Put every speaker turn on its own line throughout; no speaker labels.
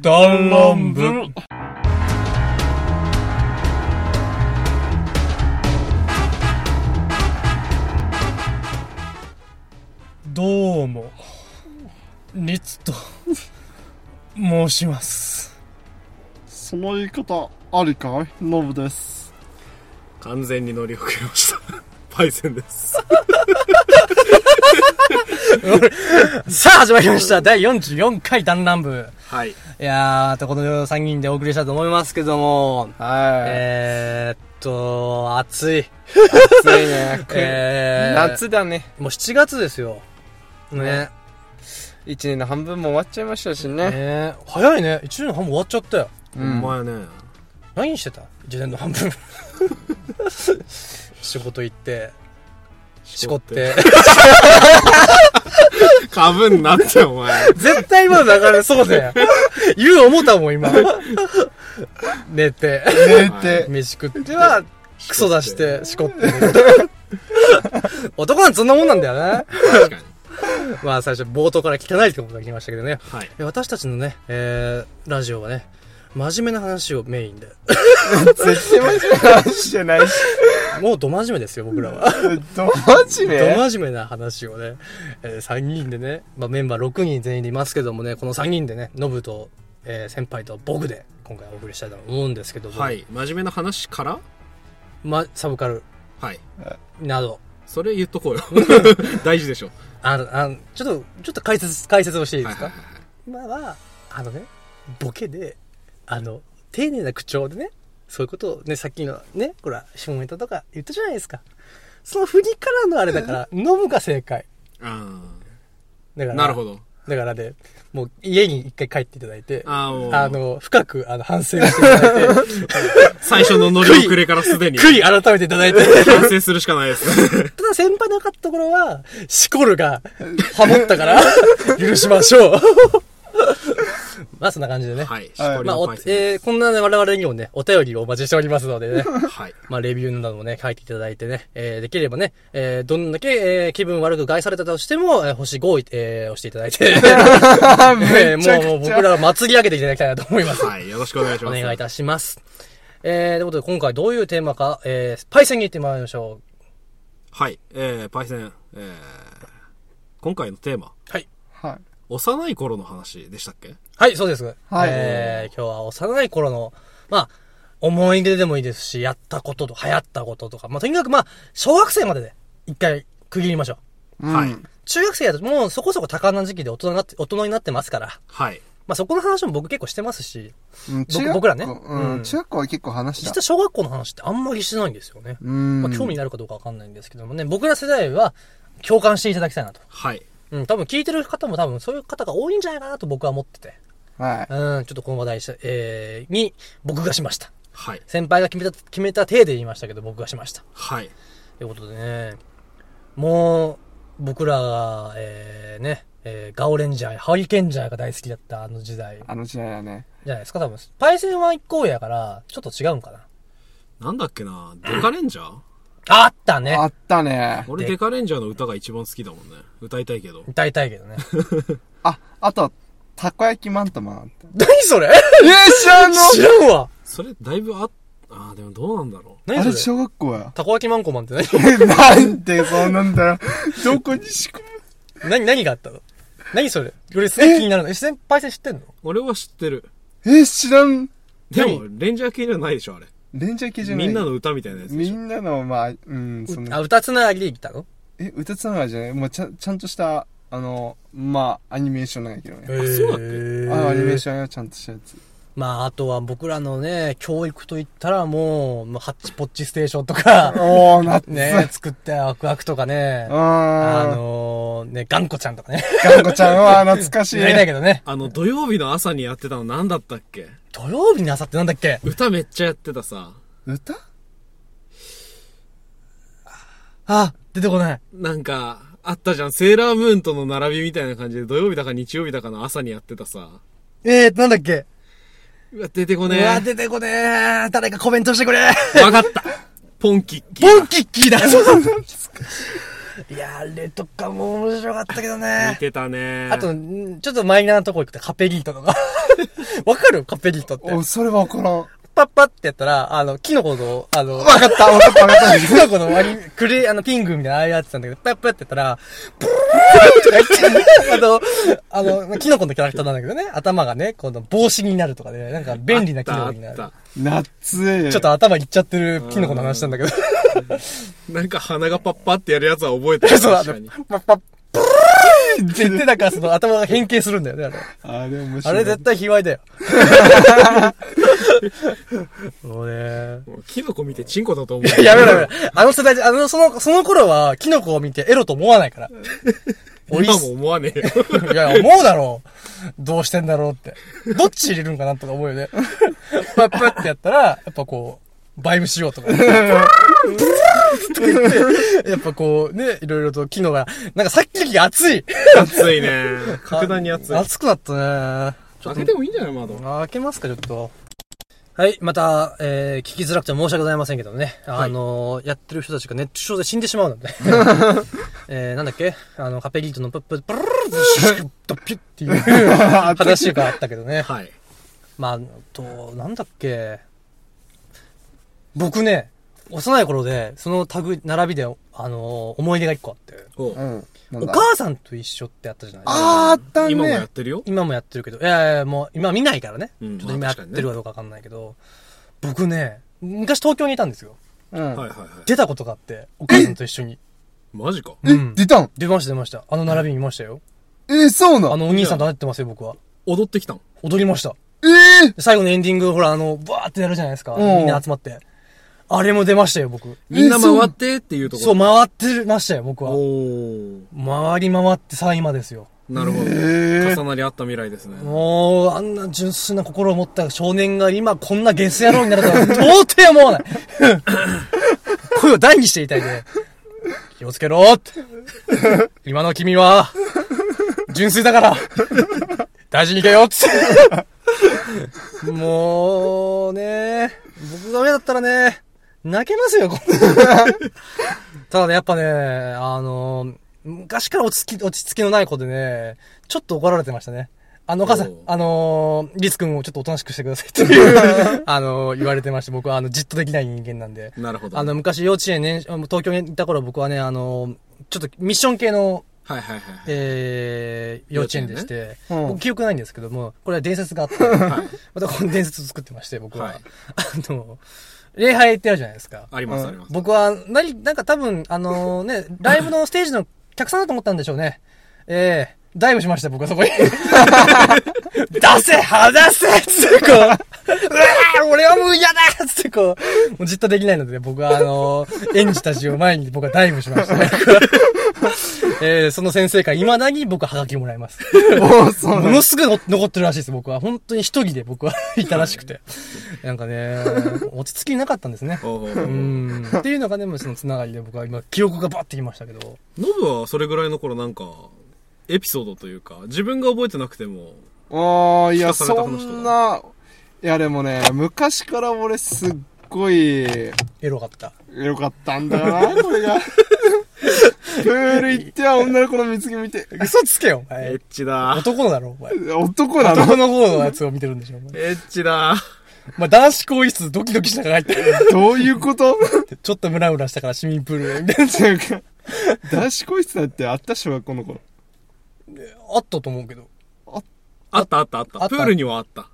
大乱舞どうもリツと申します
その言い方ありかいノブです
完全に乗り遅れました。 パイセンです。
さあ始まりました第44回弾丸部
はい。
いやーとこの3人でお送りしたいと思いますけども
は
えー、っと暑い、
い。暑 いね。これ
えー、
夏だね。
もう7月ですよね
一年の半分も終わっちゃいましたしね。
ね早いね1年の半分終わっちゃったよ
ほんまやね。
何してた1年の半分仕事行ってしこって。
かぶんなって、お前。
絶対今の流れそうだよ 言う思ったもん今寝て
寝て
飯食ってはクソ出してしこって寝て男なんてそんなもんなんだよね
確かに。
まあ最初冒頭から汚いってことが来ましたけどね
はい。
え私たちのね、えー、ラジオはね真面目な話をメインで
絶対真面目な話じゃないし。
もうど真面目ですよ僕らは
えっと、マジ
ど
で
真面目な話をね、え3人でね、まあ、メンバー6人全員でいますけどもね、この3人でね、ノブと、えー先輩と僕で今回お送りしたいと思うんですけども、
はい。真面目な話から
ま、サブカル
はい。
など、
それ言っとこ うよ。大事でしょ。
あのあのちょっと、ちょっと解説、解説をしていいですか、
はいはいはい
今は、あのね、ボケで、あの、丁寧な口調でね、そういうことをね、さっきのね、ほら、下ネタとか言ったじゃないですか。その振りからのあれだ から、ノブが正解。
あ
だから、
ーなるほど。
だからね、もう家に一回帰っていただいて、
あーもう
あの、深くあの反省をしていた だいて、
最初の乗り遅れからすでに。
悔い改めていただいて、
反省するしかないです。
ただ先輩の分かったところは、シコルがハモったから、許しましょう。 まあそんな感じでね。
はい。し
はい
こり
まあ
の
お
パイ、セン。
えー、こんなね我々にもね、お便りをお待ちしておりますのでね。
はい。
まあ、レビューなどもね、書いていただいてね、えーできればね、えーどんだけ、えー気分悪く害されたとしても、えー星5を、えー押していただい て、 えーもう、もう僕らを祭り上げていただきたいなと思います。
はい。よろしくお願いし
お
ます。
願いいたします。えー、ということで今回どういうテーマか、えー、パイセンに行ってまいりましょ
はい。えー、パイセン、えー、今回のテーマ、
う。はい。
はい
幼い頃の話でしたっけ
はい、そうです。
はい
えー、今日は幼い頃の、まあ、思い出でもいいですし、やったことと、流行ったこととか、まあ、とにかくまあ、小学生までで一回区切りましょう。
はい。
中学生だともうそこそこ多感な時期で大人になって、大人になってますから、
はい。
まあそこの話も僕結構してますし、
うん中学校
僕らね
う
うん
ん中学校は結構話し
実
た
は小学校の話ってあんまりしてないんですよね。
うん
まあ興味があるかどうかわかんないんですけどもね、僕ら世代は共感していただきたいなと。
はい。
うん、多分聞いてる方も多分そういう方が多いんじゃないかなと僕は思ってて。
は
うん、ちょっとこの話題し、えー、に僕がしました。
はい。
先輩が決めた、決めた体で言いましたけど僕がしました。
はい。
ということでね、もう、僕らが、えー、ね、えー、ガオレンジャー、ハリケンジャーが大好きだったあの時代
いあの時代はね
じゃないですか、多分。パイセンは一行やから、ちょっと違うんかな。
なんだっけなデカレンジャー
あったね
あったね
俺デカレンジャーの歌が一番好きだもんね。歌いたいけど。
歌いたいけ どね。
ああとたこ焼きマントマン
何それ
えー知らんの
知らんわ
それだいぶあ、あーでもどうなんだろ
あれ
何それ
小学校や
たこ焼きマンコマンって何
なんでそうなんだよどこに仕組む
何、何があったの何それ俺すげえ気になるの。え、先輩先知ってんの
う。俺は知ってる。
えー知らん
でも、レンジャー系じゃないでしょ、あれ。
レンジャー系じゃない
みんなの歌みたいなやつで
み
しょ。
んなのまあうんそんな
あ、歌つながりで来たの
え歌つながりじゃないもうちゃんちゃんとしたあのまあアニメーションなんやけどね
そうだっけ
あアニメー
ョン。
ションはちゃんとしたやつ
まあ、あとは僕らのね、教育といったらもう、もうハッチポッチステーションと か、
おーなって
ね、作ったワクワクとかね、あ
あ
のー、ね、ガンコちゃんと かね。
ー、ガンコちゃんは懐かしい。
やりたいけどね。
あの、土曜日の朝にやってたのなんだったっけ
土曜日の朝ってなんだっけ
歌めっちゃやってたさ。
歌
あ、出てこない。
なんか、あったじゃん。セーラームーンとの並びみたいな感じで、土曜日だか日曜日だかの朝にやってたさ。
えー、なんだっけ
うわ、出てこね
うわ、
え。
出てこねえ。誰かコメントしてくれ。
わかった。ポンキッキー。
ポンキッキーだ。 いやーあれとかも面白かったけど
見
ね。
てたね。
あと、んちょっとマイナーなとこ行くとカペリートとか。 わかるカペリートって。
お、それわからん。わ
パッパってやったら、あの、キノコの、あの、
かった、わかった、わかった。
キノコの割り、クレー、あの、ピングみたいな、ああいうやつなんだけど、パッパってやったら、プルーとか言って、あの、あの、キノコのキャラクターなんだけどね、頭がね、この帽子になるとかね、なんか便利なキノ
あ
コ
っ
にな
たあっ
る。
た。
夏え。
ちょっと頭いっちゃってるキノコの話なんだけど、
なんか鼻がパッパってやるやつは覚えて る。
そうだ
確かに。
パッパッ、プルーって言って、なんかその頭が変形するんだよね、あれ。
あれ面
あ
白い。
れ絶対卑猥 だよ。もうね。
もうキノコ見てチンコだと思 う。
やめろやめろ。あの世代じゃ、あの、その、その頃は、キノコを見てエロと思わないから。おい
今
し
も思わねえよ。
いやいや、思うだろう。どうしてんだろうって。どっち入れるんかなとか思うよね。パッパってやったら、やっぱこう、バイブしよう とか。とか言って、やっぱこう、ね、いろいろと機能が、なんかさっきより熱い。
熱いね。格段に熱い。
熱くなったね。
開けてもいいんじゃない窓。
開けますか、ちょっと。はい、また、えー、聞きづらくて申し訳ございませんけどね。あのーやってる人たちが熱中症で死んでしまうので。えー、なんだっけあの、カペリートのプップ、ブルルルルシュッとピュッっていう話があったけどね。
はい。
まあ、あと、なんだっけ僕ね、幼い頃で、そのタグ、並びで、あのー思い出が一個あって。
お
う
う
ん。なん
お
だ
母さんと一緒ってあったじゃないですか。
あーあった
今もや
ね
っ。てるよ。
今もやってるけど、いやいやいやもう今見ないからね。
うん
ちょっと今
まあ
やっ
確かにね
てるかどうかわかんないけど、僕ね、昔東京にいたんですよ。
うん
はいはいはい。
出たことがあって、お母さんと一緒に。
マジか。
う
え、
ん。
出たん
出ました出ました。あの並び見ましたよ。
え、そうな
あ
ん
のお兄さんと会ってますよ、僕は。
踊ってきたん
踊りました。
え ー
で最後のエンディング、ほら、あの、バーってやるじゃないですか。
うん
みんな集まって。あれも出ましたよ、僕。
みんな回ってっていうところ。
そう、回ってましたよ、僕
お
は。
ー
回り回ってさ、今ですよ。
なるほど。
え
重なり合った未来ですね。
もう、あんな純粋な心を持った少年が今こんなゲス野郎になるとは到底思わない。 声を大にして言いたいね。気をつけろって。今の君は、純粋だから、大事にいけよって。もうね、僕が親だったらね、泣けますよ、こんなただね、やっぱね、あの、昔から落ち着き、落ち着きのない子でね、ちょっと怒られてましたね。あの、お母さん
おう、
あのリス君をちょっとおとなしくしてくださいって いう、あの言われてまして、僕はあの、じっとできない人間なんで。
なるほど。
あの、昔幼稚園ね、東京にいた頃僕はね、あの、ちょっとミッション系の、
はいはいはい。
えー、幼稚園でして、
稚園ねうん
僕記憶ないんですけども、これは伝説があって、
はい。
またこの伝説を作ってまして、僕は。
はい
あの、礼拝ってあるじゃないですか。
ありますあります。
僕は、なに、なんか多分、あのね、ライブのステージの客さんだと思ったんでしょうね。ええダイブしました、僕はそこに。出せ話せつってこう、うわぁ俺はもう嫌だつってこう、もうじっとできないので、僕はあの園児たちを前に僕はダイブしましたね。 えー、その先生から未だに僕はハガキもらいます。
おーそう
ものすごいの残ってるらしいです、僕は。本当に一人で僕は いたらしくて。なんかね、落ち着きなかったんですね。
お
う
ー
ん。っていうのがね、もうそのつながりで僕は今、記憶がバッてきましたけど。
ノブはそれぐらいの頃なんか、エピソードというか、自分が覚えてなくても、
あーいや、
聞かされた
そ
話とか
んな、いやでもね、昔から俺すっごい、
エロかった。
よかったんだよな、こ れが。プール行っては女の子の水着見て、
嘘つけよ、お
エ
前
ッ。チだ。
男のだろ、お前。
男なの
男の方のやつを見てるんでしょ、お前。
エッチだ。
お前男子更衣室ドキドキしながら入って
どういうこと
る。ちょっとムラムラしたから市民プールへ、みたいな。
なんか、男子個室だってあった小学校の頃。
あったと思うけど。
あったあったあ
あ
った。
った
プールにはあった。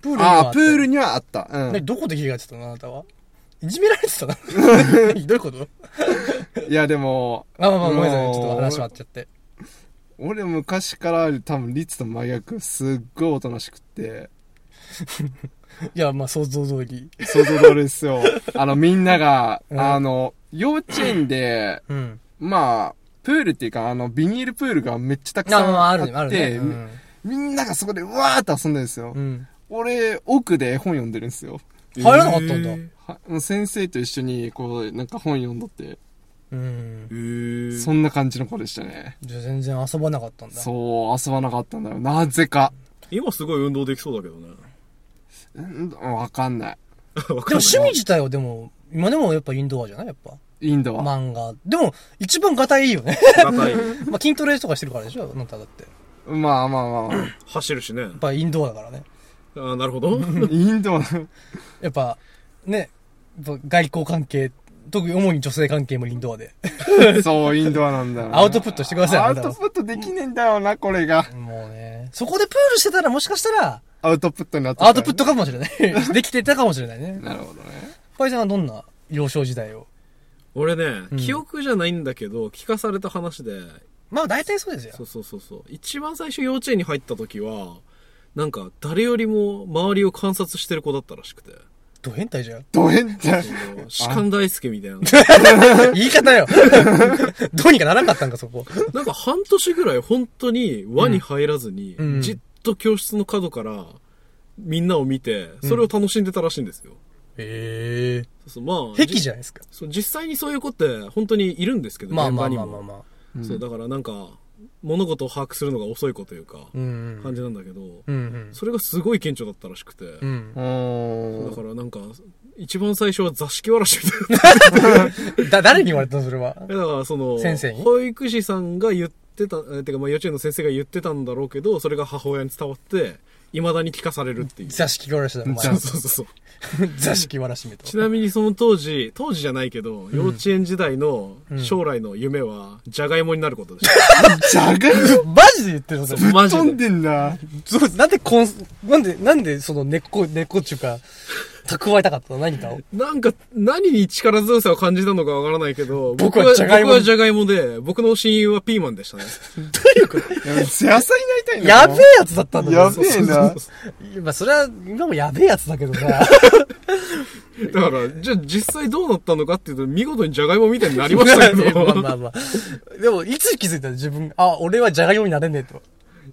プールには
あ
って
あ、プールにはあった。うん。
ね、どこで着替えてたの、あなたは。いじめられてた の何どういうこと
いや、でも、
あ、まあまあ、ごめんなさい。
もう
ちょっと話終わっちゃって。
俺昔から多分、律と真逆、すっごいおとなしくって、
いや、まあ、想像通り。
想像通りで すよ。あの、みんなが、
うん
あの、幼稚園で、
うん。
まあ、プールっていうか、あの、ビニールプールがめっちゃたく
あ
さん
まあ、あ
あ
るね、あ
っ
る
て、
ね。うん
みんながそこでうわーって遊んでるんですよ。
うん。
俺、奥で絵本読んでるんですよ。
入らなかったんだ。
へー
はもう先生と一緒に、こう、なんか本読んどって、
うん。
へー
そんな感じの子でしたね。
じゃあ全然遊ばなかったんだ。
そう、遊ばなかったんだよ。なぜか。
今すごい運動できそうだけどね。
うんわかんない。
わ
で
かんな
も
い
趣味自体はでも、今でもやっぱインドアじゃないやっぱ。
いインドは。
漫画。でも、一番ガタイいいよね。
ガタイ。
まあ、筋トレとかしてるからでしょあなただって。や
まあまあまあまあ。
走るしね。
っぱインドアだからね。
あーなる ほど。
インドは、
やっぱ、ね、やっぱ外交関係、特に主に女性関係もインドアで。
そう、インドアなんだよな。
アウトプットしてください、
ア
あ
ウ
なた
ト
は
プットできねえんだよな、これが。
もうね。そこでプールしてたらもしかしたら、
アウトプットになってた
アウトプットかもしれない。できてたかもしれない ね。
なるほどね。
パイさんはどんな幼少時代を
俺ね
う、ん
記憶じゃないんだけど、聞かされた話で、
まあ大体そうですよ
そう。そうそうそう。一番最初幼稚園に入った時は、なんか誰よりも周りを観察してる子だったらしくて。
ド変態じゃん。
ドヘンじゃん。
その士官大輔みたいな。
言い方よ。 どうにかならんかったんか、そこ。
なんか半年ぐらい本当に輪に入らずに、
うん
じっと教室の角からみんなを見て、それを楽しんでたらしいんですよ。
ええ。
そうそうまあ、
癖じ
ゃ
ゃないですか。
そう実際にそういう子って本当にいるんですけど、
まあ
現
ま
場
あ
に
まあ
も
まあまあ。
そう、だからなんか、物事を把握するのが遅い子というか、
うんう
感
ん。
じなんだけど、
うんうん。
それがすごい顕著だったらしくて、
うん
う。ー
だ
ん。
からなんか、一番最初は座敷わらしみたい な。
だ、誰に言われたのそれは。
えだからその、
先生に
保育士さんが言ってた、えてかまあ幼稚園の先生が言ってたんだろうけど、それが母親に伝わって、未だに聞かされるっていう。そう
座敷わらしだ、お前
そう。そうそう。
座敷わらしめと。
ちなみにその当時、当時じゃないけど、幼稚園時代の将来の夢は、じゃがいもになることでし
じゃがいも
マジで言ってるのそれ
た。マジ
飛ん
で。
でんな。
そうなんでこん、なんで、なんでその根っこ、根っこっちゅうか、蓄えたかったの何かを。
なんか、何に力強さを感じたのかわからないけど、
僕はじゃがいも
僕はじゃがいもで、僕の親友はピーマンでしたね。
いや野菜になりたいんだ
や
よ
べえやつだったんだ
や
そう
べえな。
まあそれは、今もやべえやつだけど な。
だから、じゃあ実際どうなったのかっていうと、見事にじゃがいもみたいになり ましたけ
まあま
ど、
あまあ。でも、いつ気づいたの自分、あ、俺はじゃがいもになれねえと。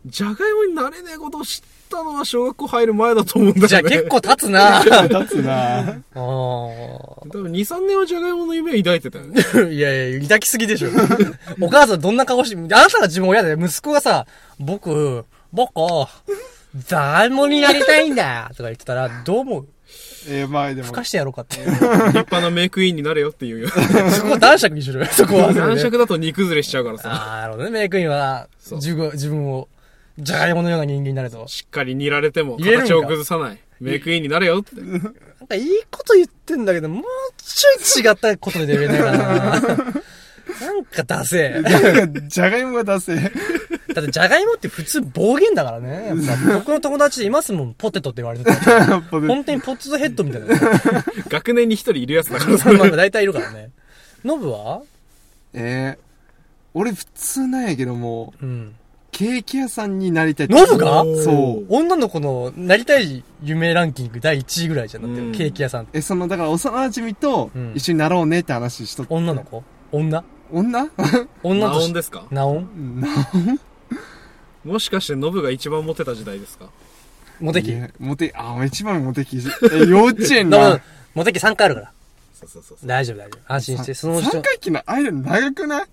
じゃがいもになれねえことを知ったのは小学校入る前だと思うんだよね。
じゃあ結構経つ なあ
立つな。
ー
多分2、3年はじゃがいもの夢を抱いてた よね。
いやいや、抱きすぎでしょ。 お母さんどんな顔して、あなたが自分親だよ。息子がさ、僕、僕、じゃがいもになりたいんだとか言ってたら、どう思う
えー、前でも
吹。かしてやろうかって。
立派なメイクインになれよっていうよ。
そこは男爵に しろよ、そこは。
男爵だと煮崩れしちゃうからさ。
ああ、なるほどね。メイクインは、
そう
自分自分を、じゃがいものような人間になれと。
しっかり煮られても
言えるんか
形を崩さない。メイクインになれよって。
なんかいいこと言ってんだけど、もうちょい違ったことで言えないかな。 なんかダセえ。
なんかじゃがいも が出せ。
だってじゃがいもって普通暴言だからね。やっぱ僕の友達いますもん、ポテトって言われてた。本当にポテトヘッドみたいな。
学年に一人いるやつだからさ。
まあ大体いるからね。ノブは
えー、俺普通なんやけども、
うん。
ケーキ屋さんになりたいって。
ノブが
そう。
女の子のなりたい夢ランキング第1位ぐらいじゃなくて、
うん
ケーキ屋さん。
え、その、だから幼馴染と
うん
一緒になろうねって話しとって。
女の子女
女
女
ナ
と
オ
し
ン
て。
ですか
ナオン
もしかしてノブが一番モテた時代ですか
モテキ
いやモテ、あ、一番モテキ。え、幼稚園
だか
な
ら。、モテ期3回あるから。
そうそうそうそ
大丈夫、大丈夫。安心して。そのうち
三回忌のアイドル長くない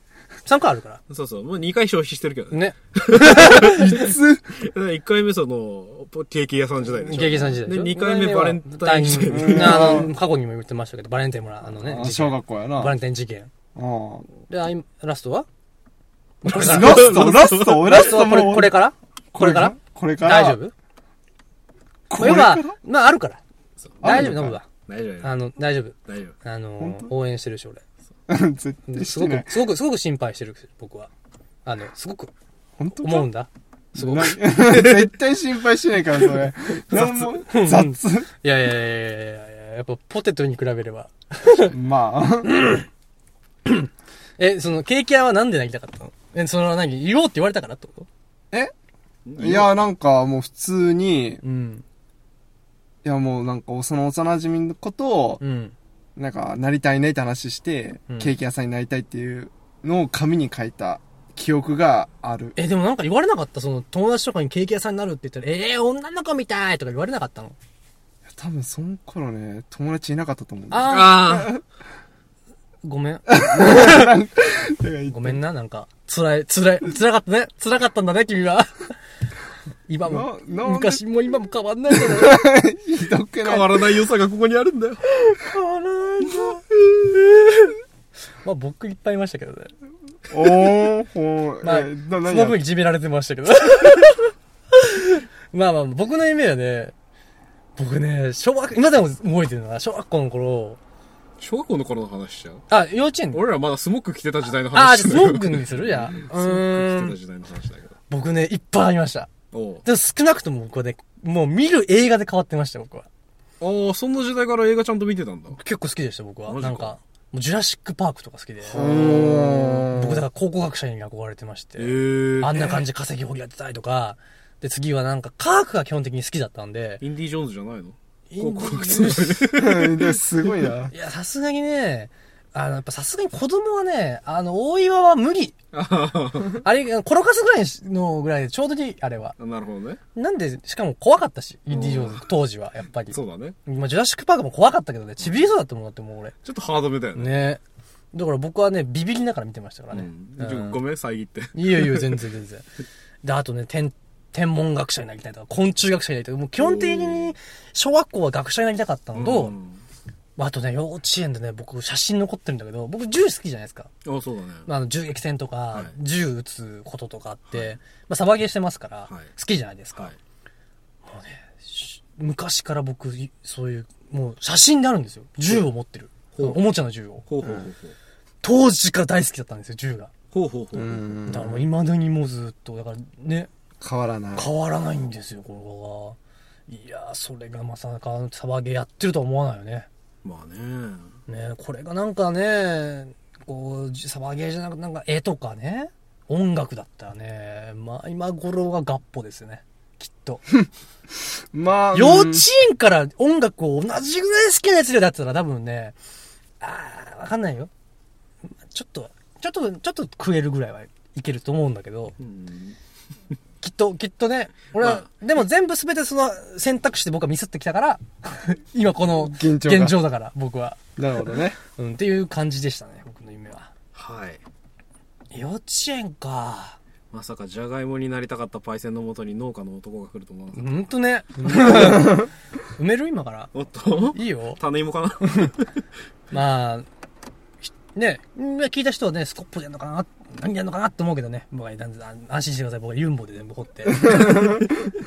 3回あるから。
う。そうそう。もう2回消費してるけどね。
ね。
1回目その、ポケーキ屋さん時代でしょ。
ゲゲさん時代しょ
で、2回目バレンタイン時代
バレ
で。
ンタインあの、過去にも言ってましたけど、バレンタインもら、あのね
あ、
事
小
件
学校やな。
バレ
あ
ンタイン事件。
あ
で、あいラストは
ラスト、ラスト、ラ
ラス
ス
ト
ト
はこれ、
もう
これからこれから
これから
大丈夫
これ
要
から
は、まああるから。大丈夫、
あるのか
ノブは。
大丈夫
あの、大丈夫。
大丈
あの
本、
応援してるし、俺。
絶
うん
対
す
して
ご
な
く
い、。
すごく、すごく心配してる、僕は。あの、すごく
本当か
思うんだ。すごく。
な 絶対心配してないから、そ れ。なんも雑。
いやいやいやいやいやいや、やっぱポテトに比べれば。
まあ。
え、その、ケーキ屋はなんでなりたかったのえ、その、何、言おうって言われたからってこと
いや、なんかもう普通に、い
うん。
やもうなんかその幼馴染のことを、
うん。
なんかなりたいねって話して、
うん
ケーキ屋さんになりたいっていうのを紙に書いた記憶がある。
え、でもなんか言われなかったその、友達とかにケーキ屋さんになるって言ったら、えー、女の子みたいとか言われなかったの
多分その頃ね、友達いなかったと思うんだよ。
ああ、
ああ。
ごめん。
だから
ごめんな、なんか。辛い、辛い、辛かったね。辛かったんだね、君は。今も。
ななんで
昔も今も変わんないけど。
ひどくな
変
い
わらない良さがここにあるんだよ。
変わらないんだ。まあ僕いっぱいいましたけどね。
おー、ほー。
まあ
えな、
そ
何
の
や
分いじめられてましたけど。 まあまあ、僕の夢はね、僕ね、小学、今でも覚えてるのは、小学校の頃、
小学校の頃の話しちゃう
あ、幼稚園
俺らまだスモック着てた時代の
ああ、
話
スモークにするじゃん。う
スモッ
ー
ク着てた
ん。
時代の話だけど。
僕ね、いっぱいありました。
おう
でも少なくとも僕はね、もう見る映画で変わってました、僕は。
ああ、そんな時代から映画ちゃんと見てたんだ。
結構好きでした、僕は。
マジ
な
か
んか、もうジュラシック・パークとか好きで。
うん
僕だから考古学者に憧れてまして。
えー
あんな感じで化石掘り当てたいとか、で、次はなんか科学が基本的に好きだったんで、
インディ・ジョーンズじゃないの
イン
高校靴 の
うんですごいな。
いや、さすがにね、あの、やっぱさすがに子供はね、あの、大岩は無理。あれ、転がすぐらいのぐらいでちょうどいい、あれは。
なるほどね。
なんで、しかも怖かったし、インディ・ジョーンズ、当時は、やっぱり。
そうだね。
まあ、ジュラシック・パークも怖かったけどね、ちびりそうだったもんだって、もう俺。
ちょっとハードめだよね。
ねだから僕はね、ビビりながら見てましたから
う
ね。
ん
うん
ちょごめん、遮って。
いいよいいよ、全然全然。で、あとね、天、天文学者になりたいとか、昆虫学者になりたいとか、もう基本的に小学校は学者になりたかったのと、
ん
まああとね、幼稚園でね、僕写真残ってるんだけど、僕銃好きじゃないですか。
ああ、そうだね。
まあ、あの銃撃戦とか、
い
銃撃つこととかあって、まあ、サバゲーしてますから、
はい
好きじゃないですか。
はい。
し昔から僕、いそういう、もう写真であるんですよ。銃を持ってる。
ほう
おもちゃの銃を。
ほうほうほう
当時から大好きだったんですよ、銃が。
ほう。ほうほうほう
う
ほう。
ん
だからもう未だにもうずっと、だからね、
変わらない
変わらないんですよ、これが。いやー、それがまさかサバゲーやってるとは思わないよね。
まあね。
ねこれがなんかね、こう、サバゲーじゃなくなんか絵とかね、音楽だったらね、まあ今頃が合歩ですよね。きっと。
まあ
幼稚園から音楽を同じぐらい好きなやつでだったら多分ね、あー、わかんないよ。ちょっと、ちょっと、ちょっと食えるぐらいはいけると思うんだけど、
うん
きっと、きっとね、俺は、でも全部全てその選択肢で僕はミスってきたから、 今この
現状が
現状だから、僕は。
なるほどね
うん、っていう感じでしたね、僕の夢は。
はい。
幼稚園か。
まさかジャガイモになりたかったパイセンのもとに農家の男が来ると思わなか
ほ
っ
んとね。 埋める今から。
た。おっ と
いいよ。
種芋かな
まあ、ひね、うん聞いた人はね、スコップでやるのかな何やるのかなって思うけどね。僕はなんであ安心してください。僕はユンボで全部掘って。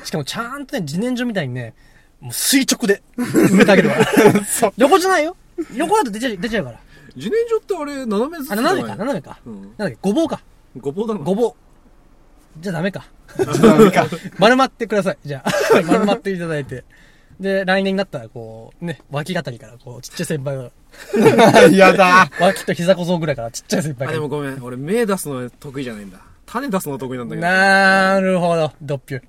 しかもちゃんとね、自然薯みたいにね、もう垂直で埋めてあげるから。横じゃないよ。横だと出ちゃう出ちゃうから。
自然薯ってあれ、斜めずつ
あ、
じゃない
斜めか、斜めか。
うん。
なんだっけ、ごぼうか。
ごぼうだな。
ごぼう。じゃあダメか。
ダメか
丸まってください。じゃあ、 丸まっていただいて。で、来年になったら、こう、ね、脇あたりから、こう、ちっちゃい先輩が、
やだ
脇と膝小僧ぐらいからちっちゃい先輩
あ、
が。
でもごめん。俺、芽出すの得意じゃないんだ。種出すの得意なんだけど。
なるほど、ドッピュ。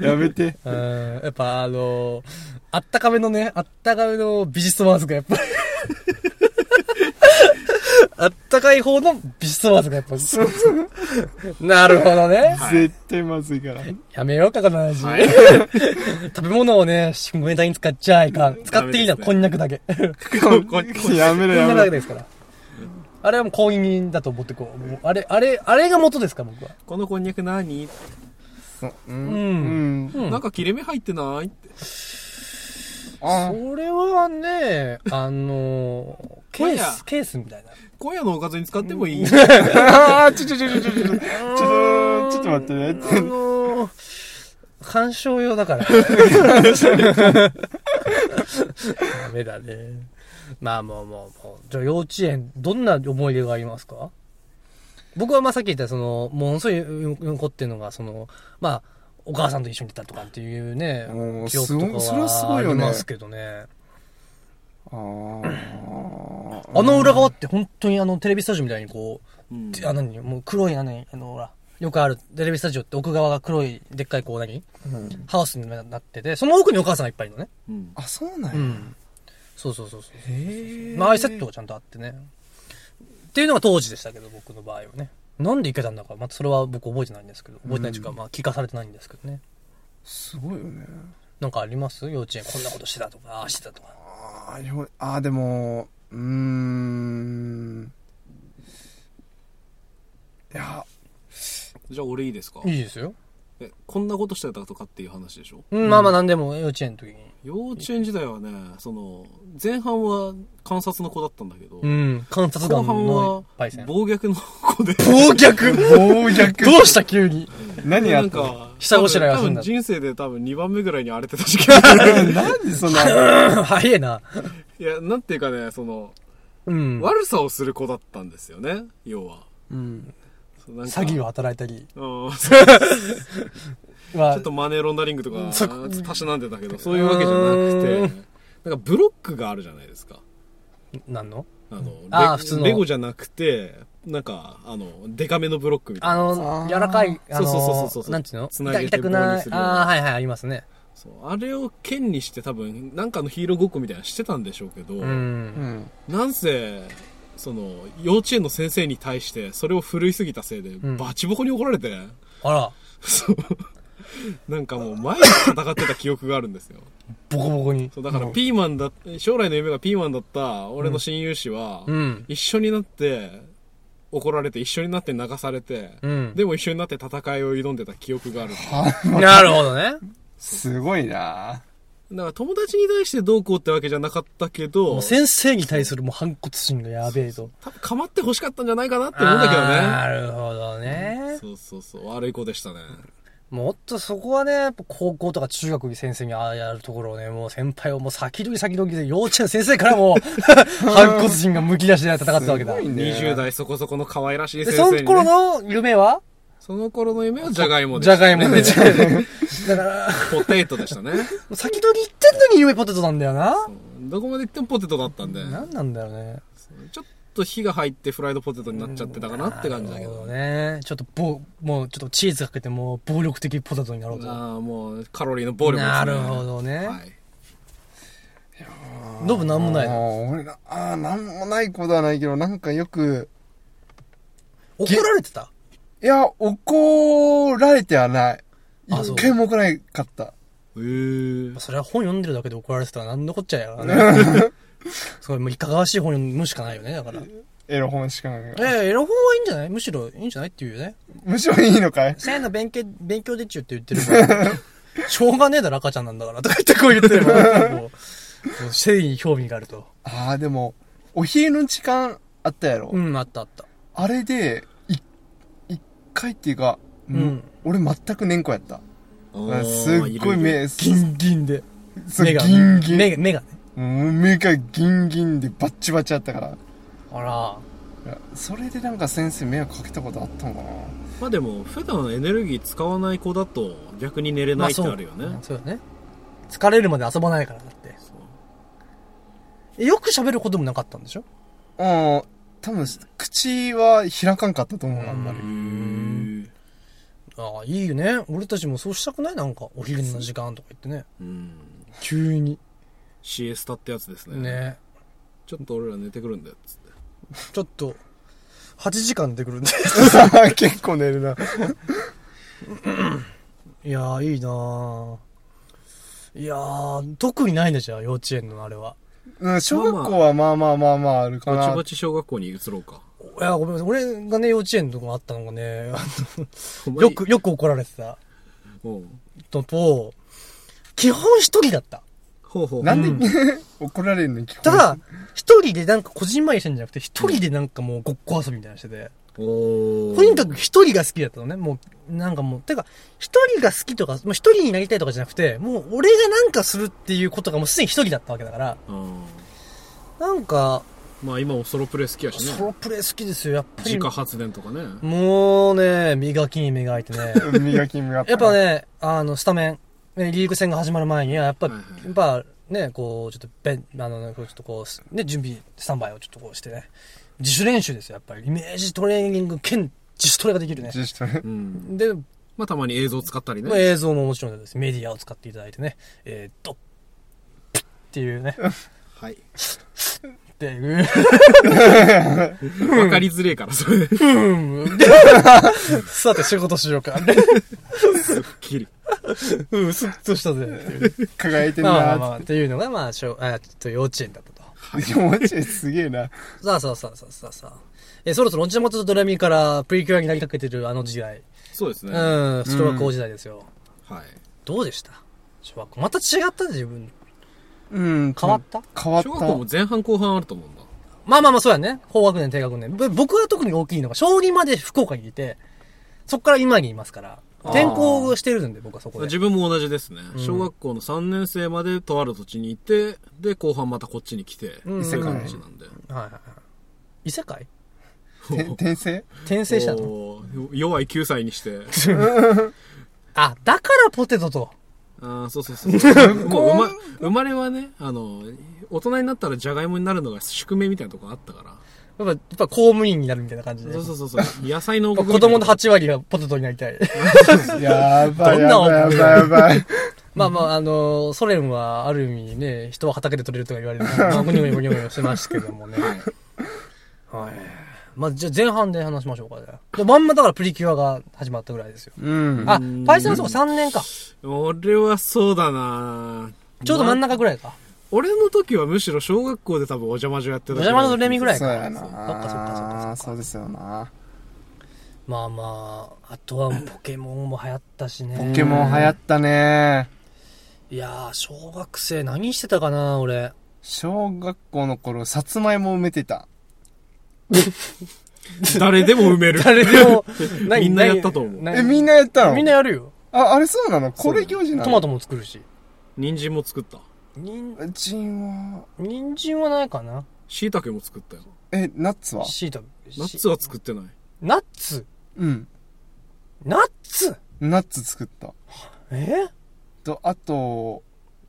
やめて
うん、やっぱあのーあったかめのね、あったかめの美術ワーズがやっ ぱり。あったかい方の美術ワーズがやっぱり。なるほどね。
絶対まずいから。
やめようか、この話。
はい。
食べ物をね、下ネタに使っちゃいかん。使っていいのはこんにゃく だけ。こんに
やめろ
ゃ
や
く
め
だ
ろ
け。ですから。あれはもう公認だと思ってこう。もうあれ、あれ、あれが元ですか、僕は。
このこんにゃく何、
う
うん。
うんん。
うん
なんか切れ目入ってないって。
あ
それはね、あのー、ケ
まあい
ー
いや
ス、ケースみたいな。
今夜のおかずに使ってもいい、
あちょちょちょちょち
ち
ょちょ
ちょっと、ちょっと待ってね。
あのー、鑑賞用だから。ダメだね。まあもうもうもう。じゃあ幼稚園、どんな思い出がありますか僕はまあさっき言ったその、ものすごい残ってるのが、その、まあ、お母さんと一緒にいたとかっていうね
お、ー
記憶とか
すごいそれはすご
はいあ
よね
りますけどね。
あー
あの裏側って本当にあのテレビスタジオみたいにこう、
うん
あ、何もう黒い、あの、あの、ほら、よくあるテレビスタジオって奥側が黒い、でっかいこう何
うん
ハウスになってて、その奥にお母さんがいっぱいいるのね。
うん
あそうなん
う
や
ん。そうそうそうそう。
へえ
まあ、ああいうセットがちゃんとあってね。っていうのが当時でしたけど、僕の場合はね。なんで行けたんだか、またそれは僕覚えてないんですけど、覚えてないというか、まあ、聞かされてないんですけどね。
すごいよね
なんかあります幼稚園こんなことしてたとか、ああしてたとか。
あーよあーでもうーんいや
じゃあ俺いいですか
いいですよ。
えこんなことしてたとかっていう話でしょ
うん、まあまあ、なんでも幼稚園の時に。
幼稚園時代はね、その、前半は観察の子だったんだけど、
うん。観察
後
団
半は
のパイセン。
暴虐の子で、
暴虐
暴虐
どうした急に。
何や
な
っ
ん
たの
か、
下ごしらえは
多
すん
分
だ
人生で多分2番目ぐらいに荒れてた時 期がある
なんでそんな、
早いな。
いや、なんていうかね、その、
うん。
悪さをする子だったんですよね、要は。
うん。
そうなんか
詐欺を働いたり。
うん ち
まあ
ょっとマネーロンダリングとか、
そ
たしなんでたけど、そういうわけじゃなくて、なんかブロックがあるじゃないですか。
なんの
あの、
あー
レ
普通の
レゴじゃなくて、なんか、あの、デカめのブロックみたい
あ
な。
の
あ、ー
柔らかい、あの、
そうそうそうそうそう
なんていうの
つなげて
痛くな
棒に
い
す。るような
ああ、はいはい、ありますね。
そうあれを剣にして多分、なんかのヒーローごっこみたいなのしてたんでしょうけど、
うん
う。ん。
なんせ、その、幼稚園の先生に対して、それを振るいすぎたせいで、
ん
バチボコに怒られて、
あら、
そう。なんかもう前に戦ってた記憶があるんですよ。
ボコボコに。
そう、だからピーマンだ、将来の夢がピーマンだった俺の親友氏は、
うん。
一緒になって、怒られて、一緒になって泣かされて、
うん。
でも一緒になって戦いを挑んでた記憶があ る。
なるほどね。
すごいな
だから友達に対してどうこうってわけじゃなかったけ
も
ど
う、先生に対するもう反骨心がやべえと。
多分構って欲しかったんじゃないかなって思うんだけど
あー
ね。
なるほどね。
そうそうそう、悪い子でしたね。
もっとそこはね、やっぱ高校とか中学に先生にああやるところをね、もう先輩をもう先取り先取りで幼稚園の先生からもう、反骨心がむき出しで戦ってたわけだ。
すごいね
20代そこそこの可愛らしい
で、
先
そ
生に、ね。
の頃の夢は
その頃の夢はジャガイモで
じ
し
ゃ
た、
がいもで。
ジャ
だから、も
ポテトでしたね。
う先取り言ってんのに夢ポテトなんだよな。
どこまで行ってもポテトだったんで、
なんなんだろうね。
ちょっと火が入ってフライドポテトになっちゃってたかなって感じだけ
なるほ
ど。
ね。ちょっとぼ、もうちょっとチーズかけてもう暴力的ポテトになろうと。
ああ、もうカロリーの暴力ですね。
なるほどね
はい。
ノブなんもない
あー
の。
俺な、ああ、なんもないことはないけど、なんかよく、
怒られてた
いや、怒られてはない。
あそう
一回も怒らなかった。
へー
まあそれは本読んでるだけで怒られてたら何のこっちゃや からね。すごい、もういかがわしい本読むしかないよね、だから。
エロ本しかない。
ええエロ本はいいんじゃないむしろいいんじゃないっていうよね。
むしろいいのかい
せーの勉強、勉強でっちゅうって言ってるから。しょうがねえだろ、赤ちゃんなんだから。とか言ってこう言ってるから。もうもう誠意に興味があると。
ああ、でも、お昼の時間あったやろ。
うん、あったあった。
あれで、い一回っていうか、
うん
俺全く年子やった。
あー
すっごい目、
ギ
す
ンギンで。
すっごいギンギン。
目が、目がね。
もう目がギンギンでバッチバチやったから。
あら。
いやそれでなんか先生迷惑かけたことあったのかな
まあでも、普段エネルギー使わない子だと逆に寝れないってあるよね。
そうだね。疲れるまで遊ばないからだって。えよく喋ることもなかったんでしょ
うん、多分、口は開かんかったと思う、あんまり。
へー
ああ、いいよね。俺たちもそうしたくないなんか、お昼の時間とか言ってね。
うん。
急に。
シエスタってやつですね。
ね
ちょっと俺ら寝てくるんだよ、つって。
ちょっと、8時間出てくるんで。
結構寝るな。
いやー、いいなーいやー、特にないんだじゃあ、幼稚園のあれは。
うん、小学校はまあまあまあまああるか
バ
な。
チバチ小学校に移ろうか。
いや、ごめんなさい。俺がね、幼稚園のとこあったのが ね、あ
お
の
前
よ。く、よく怒られてた
うん
のと、基本一人だった。
ほうほう。
なんで、 怒られるのに聞こえ
ただ、一人でなんかこじんまりしてんじゃなくて、一人でなんかもうごっこ遊びみたいなのしてて、
おー
とにかく一人が好きだったのね、もう、なんかもう、てか、一人が好きとか、もう一人になりたいとかじゃなくて、もう俺がなんかするっていうことがもうすでに一人だったわけだから、
うん
なんか、
まあ今もソロプレイ好きやし
ソ
ね。
ロプレイ好きですよ、やっぱ
自
り。
家発電とかね。
もうね、磨きに磨いて ね。
る。磨き磨き。
やっぱ。ね、あの、スタメン、ねリーグ戦が始まる前には、やっぱ、
はいはい
やっぱね、こう、ちょっとベン、あの、ね、こうちょっとこう、ね、準備、スタンバイをちょっとこうしてね、自主練習ですよ、やっぱり。イメージトレーニング兼自主トレができるね。
自主トレ。
うん。
で、
まあたまに映像使ったりね。
まあ、映像ももちろんです。メディアを使っていただいてね、えー、ドッ、ピッっていうね、
はい。
っていう、
わかりづれえから、それ。すっ
さて仕事しようか。
きり。
うん、スッとしたぜ。っていう
輝いてん
まあまあ
な
まあ、っていうのが、まあ、しょうあちょっと幼稚園だったと。
気持ちいいすげえな。
さあさあさあさあさあさあ。えーそろそろ、おちもとドラミからプリキュアになりかけてるあの時代。
そうですね。
うん、小学校時代ですよ。
はい。
どうでした小学校。また違ったね自分。
うん。
変わった
変わっ
小学校も
た。
前半後半あると思うんだ。
まあまあまあ、そうやね。高学年、低学年。ぶ僕が特に大きいのが、小2まで福岡にいて、そっから今にいますから、
あー
転校をしてるんで、僕はそこで。
自分も同じですね、
うん
小学校の3年生までとある土地にいて、で、後半またこっちに来て、
うん
っていう感じなんで。
はいはいはい。異世界
て転生
転生したの
おー弱い9歳にして。
あ、だからポテトと。
ああ、そうそうそうそう。 もう生ま生まれはね、あの、大人になったらジャガイモになるのが宿命みたいなとこあったか
やっぱ、やっぱ公務員になるみたいな感じ
ら。
で。
そう
や
そうそう そう。野菜の王
っぱ
国
子
みたい
供
な
の8割がポテトになりたい。
やばい。
どんな
や
音
ばいやばいやばい。
まあまあ、あの、ソ連はある意味ね、人は畑で取れるとか言われ るから、まあゴニョゴニョゴニョゴニョしてましたけどもね。はい。まあ、じゃあ前半で話しましょうか、じゃあでまんまだからプリキュアが始まったぐらいですよ。
うん。
あ、パイセンはそうか3年か。ち
俺はそうだな
ょうど真ん
ま
中ぐらいか。
俺の時はむしろ小学校で多分お邪魔女やって
お
たぐらい
邪魔のレミぐらい
そ
か。
うやな。
そっかそっかそっかそっか。
そうですよな。
まあまあ、あとはポケモンも流行ったしね。
ポケモン流行ったね。
いやー、小学生何してたかな、 俺。
小学校の頃、さつまいも埋めてた。
誰でも埋める。、
誰でも
みんなやったと思う
な
え、みんなやったの
みんなやるよ。
あ、あれそうなのこれ行事なの
トマトも作るし。
人参も作った。
にん、
うちは、
人参はないかな
椎茸も作ったよ。
え、ナッツは
シート。
ナッツは作ってない。
ナッツ
うん。
ナッツ
ナッツ作った。
え
と、あと、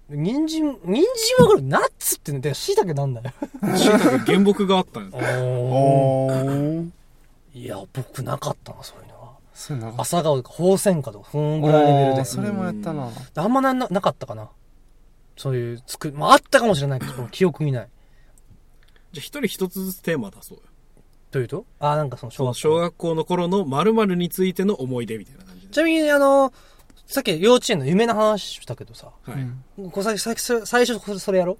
人参、人参はこれナッツってね、てか椎茸なんだよ。
椎茸原木が あったんよ。
お
おー。
いや、僕なかったな、そういうのは。
それなかっ
朝顔とか、宝仙花とか、そ
た
んぐらいレベル
おー
で。
それもやったな。
あんまな、ななかったかな。そういう、作り、まあ、あったかもしれないけど、記憶にない。
じゃあ一人一つずつテーマ出そうよ。
というとあー、なんかその小学校。
小学校の頃の〇〇についての思い出みたいな感じ
ち
で。
なみに、あの、さっき幼稚園の夢の話したけどさ、
はい。
こうささ最初それそれやろ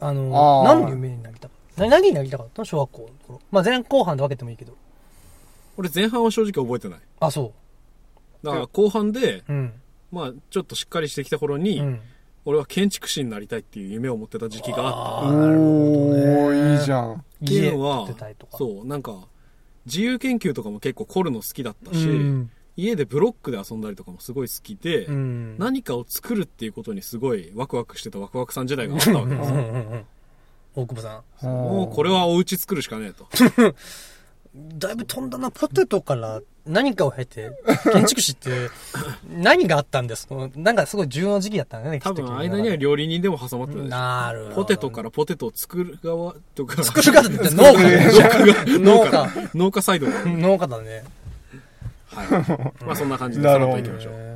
あの
あー
何の夢になりたかった何になりたかったの小学校の頃まあ前後半で分けてもいいけど
俺前半は正直覚えてない。
あそ
だから後半で、
ううん
まあちょっとしっかりしてきた頃
う
に、
ん
俺は建築士になりたいっていう夢を持ってた時期があっ
あ
おー、いいじゃん。
た。っていうの
家
は
建てたりと、か
そう、なんか、自由研究とかも結構凝るの好きだったし、
うん
家でブロックで遊んだりとかもすごい好きで、
うん
何かを作るっていうことにすごいワクワクしてたワクワクさん時代があったわけです
うんう
よ。
んうん大久保さん
もうこれはお家作るしかねえと。
だいぶ飛んだなポテトから何かを経て建築士って 何があったんですそのなんかすごい重要な時期だったんだね
多分間には
きっと
料理人でも挟まってたでしょ。
なるほど
ポテトからポテトを作る側とか、
作る方って農家だ ね農
農家
家
農家サイドが。
農家だね
はい。まあそんな感じで、
な
さ
る
ら
ほ
っ
ど
といきましょう。
ね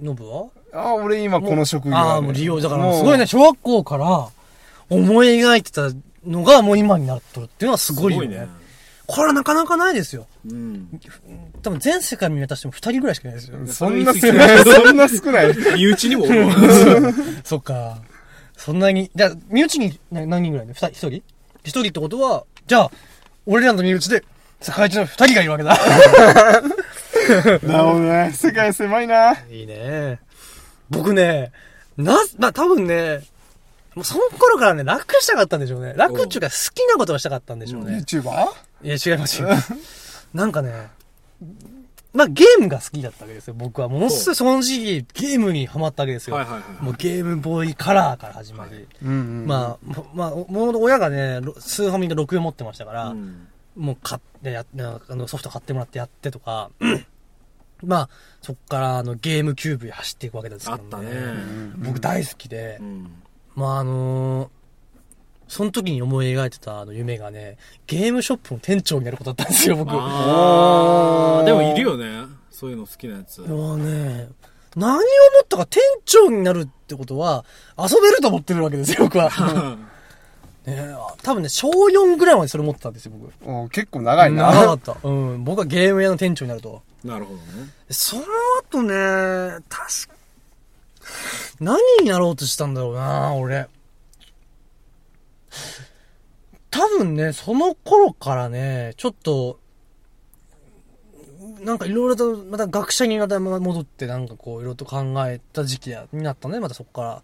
ノブは
あ、俺今この職業だね。
ああ、もう利用。だから、
もう
すごいね、小学校から思い描いてたのがもう今になっとるっていうのはすごいよね。これはなかなかないですよ。
うん。
多分全世界見渡しても二人ぐらいしかいないですよ。
そんな少ない。 そんな少ない。
身内にも思う。
そっか。そんなに、じゃあ、身内にな何人ぐらいね二人一人一人ってことは、じゃあ、俺らの身内で世界一の二人がいるわけだ。
なるほどね。世界狭いな。
いいね。僕ね、な、まあ、多分ね、もうその頃からね、楽したかったんでしょうね。楽っていうか好きなことがしたかったんでしょうね。
YouTuber?
いや、違い ますよ。なんかね、まあ、ゲームが好きだったわけですよ、僕は。ものすごいその時期、ゲームにハマったわけですよ。
はいはいはい
もうゲームボーイカラーから始まり。
うんうん。
まあ、もまあ、おもう親がね、ろスーファミの64持ってましたから、
うん
もう買ってや、なあのソフト買ってもらってやってとか、まあ、そっからあのゲームキューブへ走っていくわけです
あ
け
っ
ど
たね。
僕大好きで、
うん。
まああのーその時に思い描いてたあの夢がね、ゲームショップの店長になることだったんですよ、僕。
あーでもいるよね。そういうの好きなやつ。
もうね、何を思ったか店長になるってことは、遊べると思ってるわけですよ、僕は。ねえ、多分ね、小4ぐらいまでそれ持ってたんですよ、僕。
お結構長いな。
長かった。うん、僕はゲーム屋の店長になると。
なるほどね。
その後ね、確か、何になろうとしたんだろうな、俺。多分ね、その頃からね、ちょっと、なんかいろいろと、また学者にまた戻って、なんかこう、いろいろと考えた時期になったね、またそこから。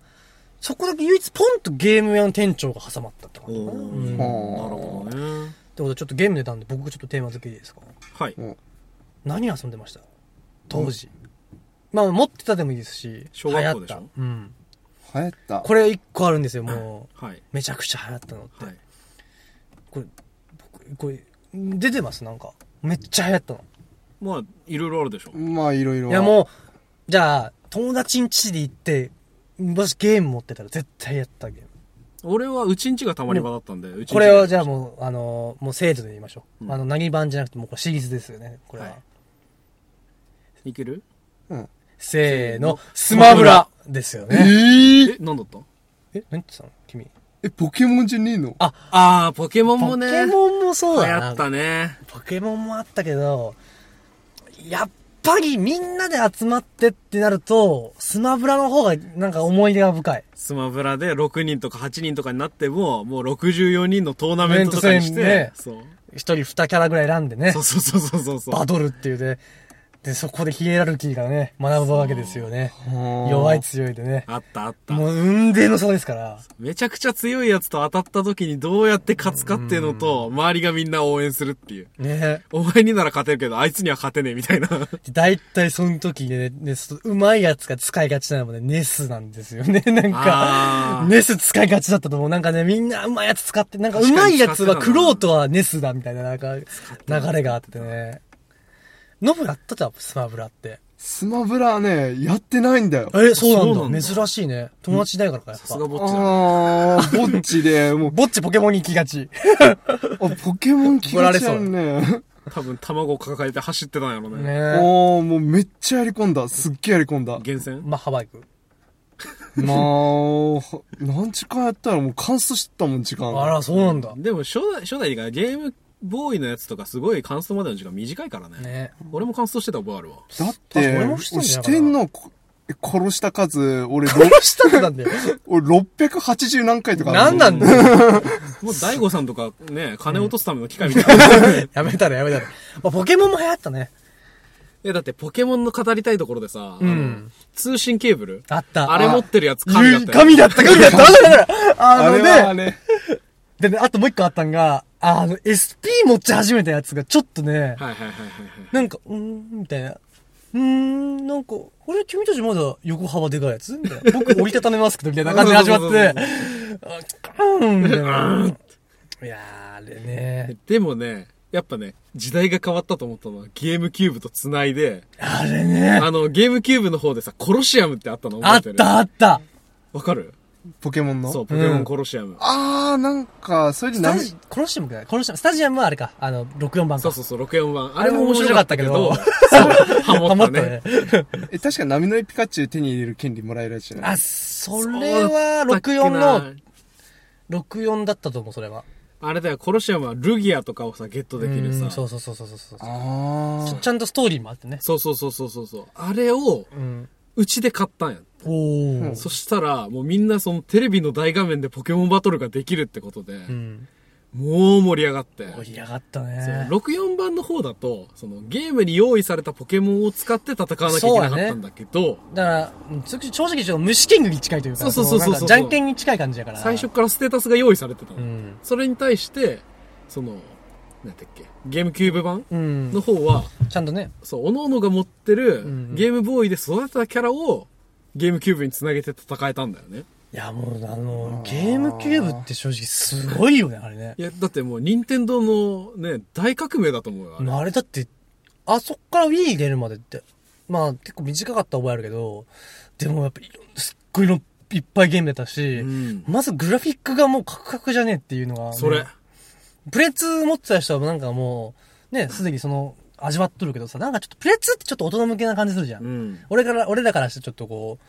そこだけ唯一ポンとゲーム屋の店長が挟まったってことかな。
おー
うんっ
ほ
てこ
う
なるほどね。
とでちょっとゲーム出たんで僕ちょっとテーマ付けでいいですか
はい。
何遊んでました当時。まあ持ってたでもいいですし。
小学校でしょ
流行ったうん。
流行った。
これ一個あるんですよ、もう。
はい。
めちゃくちゃ流行ったのって。
はい。
これ、僕、これ、出てますなんか。めっちゃ流行ったの。
まあ、いろいろあるでしょ。
まあ、いろいろ。
いやもう、じゃあ、友達ん家で行って、もしゲーム持ってたら絶対やったゲーム。
俺はうちんちがたまり場だったんで、うちんち
これはじゃあもう、あのー、もう制度で言いましょう。
うん
あの、何番じゃなくてもうこれシリーズですよね、これは。
はいいける
せーの、スマブラですよ
え
ね。
ー
え、なんだった
え、何言ってたの君。
え、ポケモンじゃねえの
あー、ポケモンも
ポ
ね、
ケモンもそう
流
だ
行
な
っ。たね。
ポケモンもあったけど、やっぱりみんなで集まってってなると、スマブラの方がなんか思い出が深い。
スマブラで6人とか8人とかになっても、もう64人のトーナメントとかにして、
イベント
そう
一人二キャラぐらい選んでね
そ。うそうそうそうそうそう。
バトルっていうね。で、そこでヒエラルキーがね、学ぶわけですよね。弱い強いでね。
あったあった。
もう運命の差ですから。
めちゃくちゃ強いやつと当たった時にどうやって勝つかっていうのと、周りがみんな応援するっていう。
ね
お前になら勝てるけど、あいつには勝てねえ みたいな。
だいたいその時ね、ね、そのうまいやつが使いがちなのもね、ネスなんですよね。 なん
あ
か、
ー
ネス使いがちだったと思う。なんかね、みんなうまいやつ使って、なんかう
確
ま
か
い
に
やつは
使って
ク
たな
ロートはネスだみたいな、なんか、流れがあってね。ノブやったじゃん、スマブラって。
スマブラね、やってないんだよ。
え、そうなんだ。
そうなんだ
珍しいね。友達いないからか、やっ
さ
ぱ
す。がぼっちだ。
ああ、ぼっ ちで、もう、
ぼっちポケモンに行きがち。
あ、ポケモン気がちゃうね。
多分卵抱えて走ってたんやろね。
ね
おー、もうめっちゃやり込んだ。すっげえやり込んだ。
厳選
まあ、ハワイ行く。
まあ、何時間やったらもう完走してたもん、時間。
あら、そうなんだ。
でも初代、初代がゲームボーイのやつとかすごい感想までの時間短いからね。
ね
俺も感想してた覚えあ るわ。
だっ
あ
て、
俺
俺
もしてんじゃ
四
んだから
天王こ殺した数、俺、ろ
殺したってなんだよ。
俺680何回とかあ
なん
る
なんだよ。
もう大悟さんとかね、金落とすための機械みたいな。
やめたらやめたら。まあ、ポケモンも流行ったね。
え、だってポケモンの語りたいところでさ、あの
うん
通信ケーブル
あった。
あれ持ってるやつ神だったよ。
だ った、神だった。あ
あ
の
れ
ね
は、ね、
でね、あともう一個あったんが、あの、SP 持ち始めたやつがちょっとね、
はいはいはいはいはい。
なんか、うーん、みたいな。うーん、なんか、あれ、君たちまだ横幅でかいやつみたいな。僕折りたためますけど、みたいな感じで始まって、あうーん、みたいな。いやー、あれね。
でもね、やっぱね、時代が変わったと思ったのは、ゲームキューブと繋いで、
あれね。
あの、 ゲームキューブの方でさ、コロシアムってあったの
あ
覚え
って
る
たあった。
わかる
ポケモンの。
そう、ポケモンコロシアム。
あー、なんか、それで
スタ
何
ジ、コロシアムかコロシアム。スタジアムはあれか。あの、64番か
そう。そうそう、64番。
あれも面白かったけど
あれも面白かったけどそうハモ
ハ
ったね。
モったね。
え、確か波乗りピカチュウ手に入れる権利もらえるやつじゃない
あ、それは、64の、、64だったと思う、それは。
あれだよ、コロシアムはルギアとかをさ、ゲットできる
う
さ
ん。そうそうそうそうそうそう
あー
ち。ちゃんとストーリーもあってね。
そうそうそうそうそうそう。あれを、
うん。
うちで買ったんや。
おー。
そしたら、もうみんなそのテレビの大画面でポケモンバトルができるってことで、
うん。
もう盛り上がって。
盛り上がった
そう
ね。
64番の方だと、そのゲームに用意されたポケモンを使って戦わなきゃいけなかったんだけど、
だから、うん正直、正直ちょっと虫キングに近いというか、
そうそうそうそう
のなんかじゃんけんに近い感じだから。
最初。からステータスが用意されてたの。
うん。
それに対して、その、なんだっけ、ゲームキューブ版
うん
の。方は、
ちゃんとね。
そう、各々が持ってる
うん
ゲームボーイで育てたキャラをゲームキューブにつなげて戦えたんだよね。
いや、もう、あの、ゲームキューブって正直すごいよね、あれね。
いや、だってもう任天堂のね、大革命だと思うよ、あれ。
まああれだって、あそっから Wii 出るまでって、まあ結構短かった覚えあるけど、でもやっぱいろんすっごいのいっぱいゲーム出たし、
うん
まずグラフィックがもうカクカクじゃねえっていうのが、
それ。
プレ2持ってた人はなんかもう、ね、すでにその、味わっとるけどさ、なんかちょっとプレ2ってちょっと大人向けな感じするじゃん。
うん。
俺から、俺らからしてちょっとこう、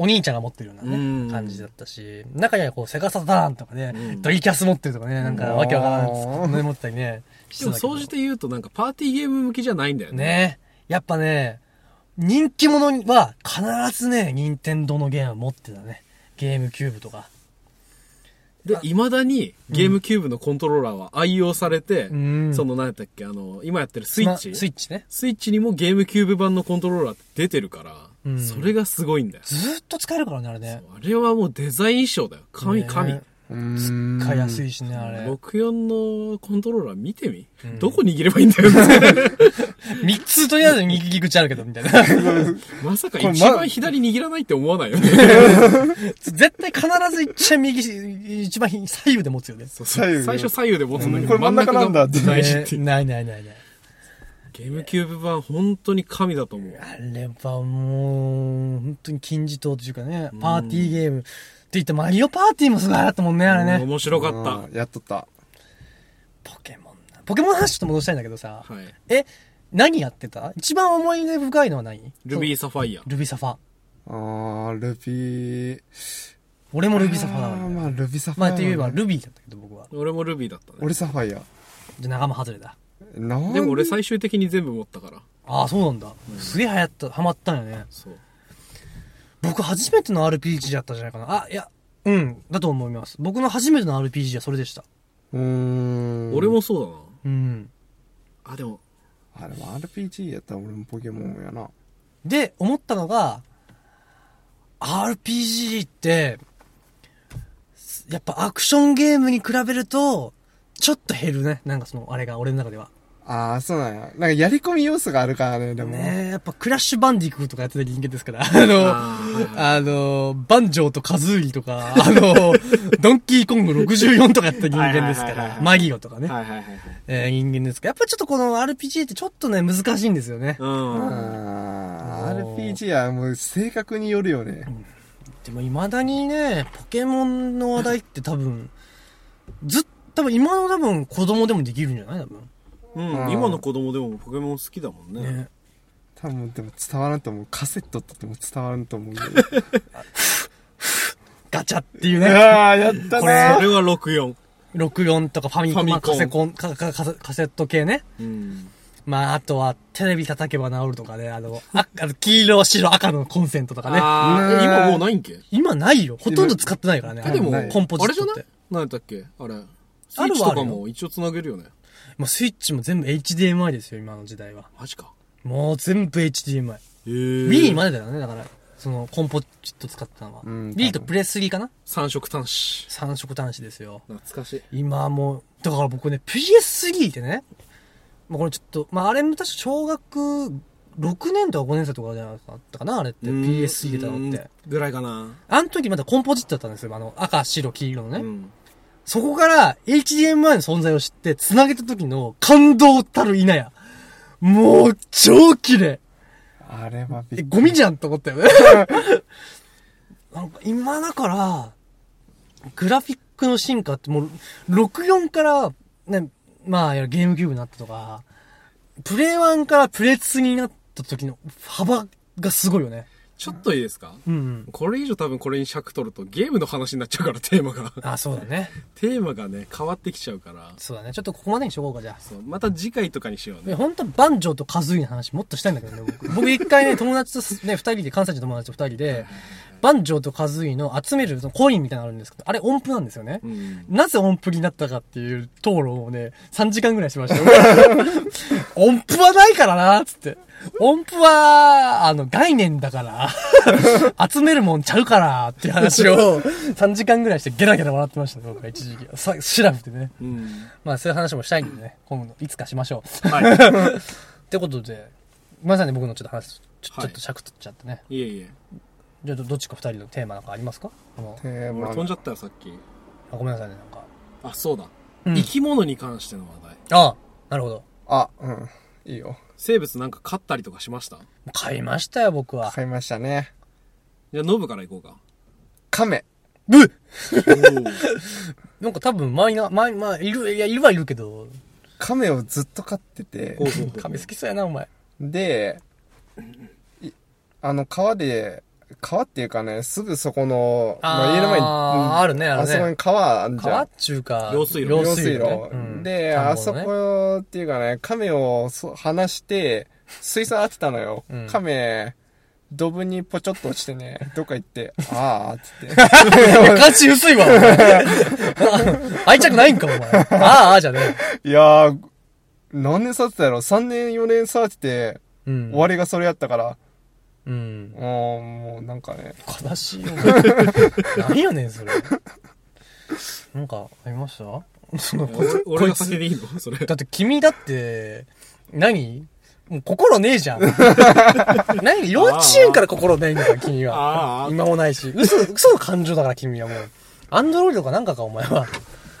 お兄ちゃんが持ってるようなね、
うん
感じだったし、中にはこう、セガサターンとかね、
うん
ドリキャス持ってるとかね、なんかわけわからないですね、持ってたりね。して た
でも、
けど
総じて言うとなんかパーティーゲーム向きじゃないんだよね。
ねやっぱね、人気者は必ずね、任天堂のゲームを持ってたね。ゲームキューブとか。
で、未だにゲームキューブのコントローラーは愛用されて、
うん
その何やったっけ、あの、今やってるスイッチ、
まスイッチね。
スイッチにもゲームキューブ版のコントローラーって出てるから、
ううん
それがすごいんだよ。
ずーっと使えるからね、あれね。
あれはもうデザイン衣装だよ。神、神。
ね
うん
使いやすいしね、あれ。
64のコントローラー見てみ、
ん
どこ握ればいいんだよ って。
三つとりあえず右利き口あるけど、みたいな。
まさ
こ
か
れま
一番左握らないって思わないよね。
絶対必ず一番右、一番左右で持つよね。
そう
左右
最初左右で持つんだけど、
うんこれ真ん中なんだって
真ん中が大事っていう
ねないないないない。
ゲームキューブ版本当に神だと思う。
あれはもう、本当に金字塔というかね、パーティーゲーム。って言って、マリオパーティーもすごい流行ったもんね、あれね。
面白かった
うん。やっとった。
ポケモンな。ポケモンの話ちょっと戻したいんだけどさ、
はい。
え、何やってた一番思い出深いのは何
ルビー
ー。
サファイア。
ルビーサファ。
あー、ルビー。
俺もルビーサファだわ
あーまあ、ルビーサファ
ま
イア。
あ、といえばルビーだったけど、僕は。
俺もルビーだったね。
俺サファイア。
じゃ、仲間外れだ。
なん
でも俺最終的に全部持ったから。
ああ、そうなんだ。すげえ流行った、ハマったんよね。
そう。
僕初めての RPG だったんじゃないかな。あ、いや、うん、だと思います。僕の初めての RPG はそれでした。
うーん。
俺。もそうだな。
うん。
あ、でも、
あれも RPG やったら俺もポケモンやな。
で、思ったのが、RPG って、やっぱアクションゲームに比べると、ちょっと減るね。なんかその、あれが俺の中では。
あー、そうなんや。なんかやり込み要素があるからね、でも。
ねえ、やっぱクラッシュバンディクーとかやってた人間ですから。 あの、
あー
あの、バンジョーとカズーイとか、 あの、ドンキーコング64とかやってた人間ですか
はいはいはいは
ら、
い
マギオとかね。
はいはいはいはい。
えー人間ですかやっぱちょっとこの RPG ってちょっとね、難しいんですよね。
うん。
あー RPG はもう性格によるよね。
でも未だにね、ポケモンの話題って多分、ずっと、多分今の多分子供でもできるんじゃない多分。
うん、
うん
今の子供でもポケモン好きだもんね。
ね。
多分でも伝わらんと思う。カセットって言っても伝わらんと思う。
ガチャっていうね。
ああ、やった
こ
そ
れ
れは64。
64とかファミコン、
ファミコン
まあカセコンかかカセ、カセット系ね。
うん。
まあ、あとはテレビ叩けば治るとかね、あの、あ あの黄色、白、赤のコンセントとかね。
あ
ね
ー、今もうないんけ
今ないよ。ほとんど使ってないからね。
今
あ
で
の
も、
ない
コンポジ
あ
ッ
れじ
ト
ゃ
っ
ない
て。
何やったっけあれ。スイッチとかも一応繋げるよね。
もうスイッチも全部 HDMI ですよ、今の時代は。
マジか。
もう全部 HDMI。
えー
Wii までだよね、だから。その、コンポチット使ってたのは。
うん
Wii とプレスリーかな
三色端子。
三色端子ですよ。
懐かしい。
今はもう、だから僕ね、PS3 ってね、まあこれちょっと、まああれも確か小学6年とか5年生とかじゃなかったかな、あれって。PS3 出たのって。
うん。ぐらいかな。
あの時まだコンポジットだったんですよ。あの、赤、白、黄色のね。
うん。
そこから HDMI の存在を知って、繋げた時の感動たる否や。もう、超綺麗
あれはびっく
え、
り
ゴミじゃんと思ったよね。 なんか今だから、グラフィックの進化ってもう、64から、ね、まあ、いやゲームキューブになったとか、プレイ1からプレイ2になった時の幅がすごいよね。
ちょっといいですか
うん、うん。
これ以上多分これに尺取るとゲームの話になっちゃうからテーマが。
あ、そうだね。
テーマがね、変わってきちゃうから。
そうだね。ちょっとここまでにしとこうか、じゃあ。
そうまた次回とかにしよう
いや
ね。
本当はバンジョーとカズーイの話もっとしたいんだけどね、僕。僕一回ね、 友達とすね、二人で、関西人の友達と二人で、バンジョーとカズーイの集めるそのコインみたいなのあるんですけど、あれ音符なんですよね。
うん。
なぜ音符になったかっていう討論をね、3時間ぐらいしました よ。音符はないからな、つって。音符は、あの、概念だ から、集めるもんちゃうから、っていう話を3時間ぐらいしてゲラゲラ笑ってましたね、僕は一時期。さ、シラフでね。
うん。
まあ、そういう話もしたいんでね、今度、いつかしましょう。
は
ってことで、ごめんなさいね、僕のちょっと話、ちょ
は
ち
い
ょっと尺取っちゃってね。
い。いえいえ。
じゃあ、どどっちか2人のテーマなんかありますかあの
テーマ
俺飛んじゃったよ、さっき。
あごめんなさいね、なんか。
あ、そうだ。
うん
生き物に関しての話題。
ああ、なるほど。
あ、うん。いいよ。
生物なんか飼ったりとかしました
買いましたよ、僕は。
買いましたね。
じゃあ、ノブから行こうか。
カメ。
ブッ
おー
なんか多分、マイナー、マイ、まあ、いる、いや、いるはいるけど、
カメをずっと飼ってて
ほう、ほうほう
亀好きそうやな、お前。
で、いあの、川で、川っていうかね、すぐそこの、
あー
ま家の前に、うん
あるねあるね
そこに川あんじゃ
川っ
ん。
ちゅうか、
用水路
用
用
水
水
路
路。
ね。うん
で、
田んぼ
あ
の
そ
ね
こっていうかね、亀をそ離して、水槽当てたのよ。
うん
亀、ドブにぽちょっと落ちてね、どっか 行って、あーっつって。
いや価値薄いわ、 お前愛着ないんか、お前。ああ、ああ、じゃね
いやー、何年触ってたやろ ?3 年4年触ってて、
え。うん。
終わりがそれやったから、
うん
あ。ーもうなんかね、
悲しいよ。 何やねん、それ。なんか、ありましたそのこ
俺
こ
俺
い
が
つ
先でいいのそれ。
だって君だって、何もう心ねえじゃん。何幼稚園から心ないんだから、君
あ
は
あ。
今もないし。嘘、嘘の感情だから、君はもう。アンドロイドかなんかか、お前は。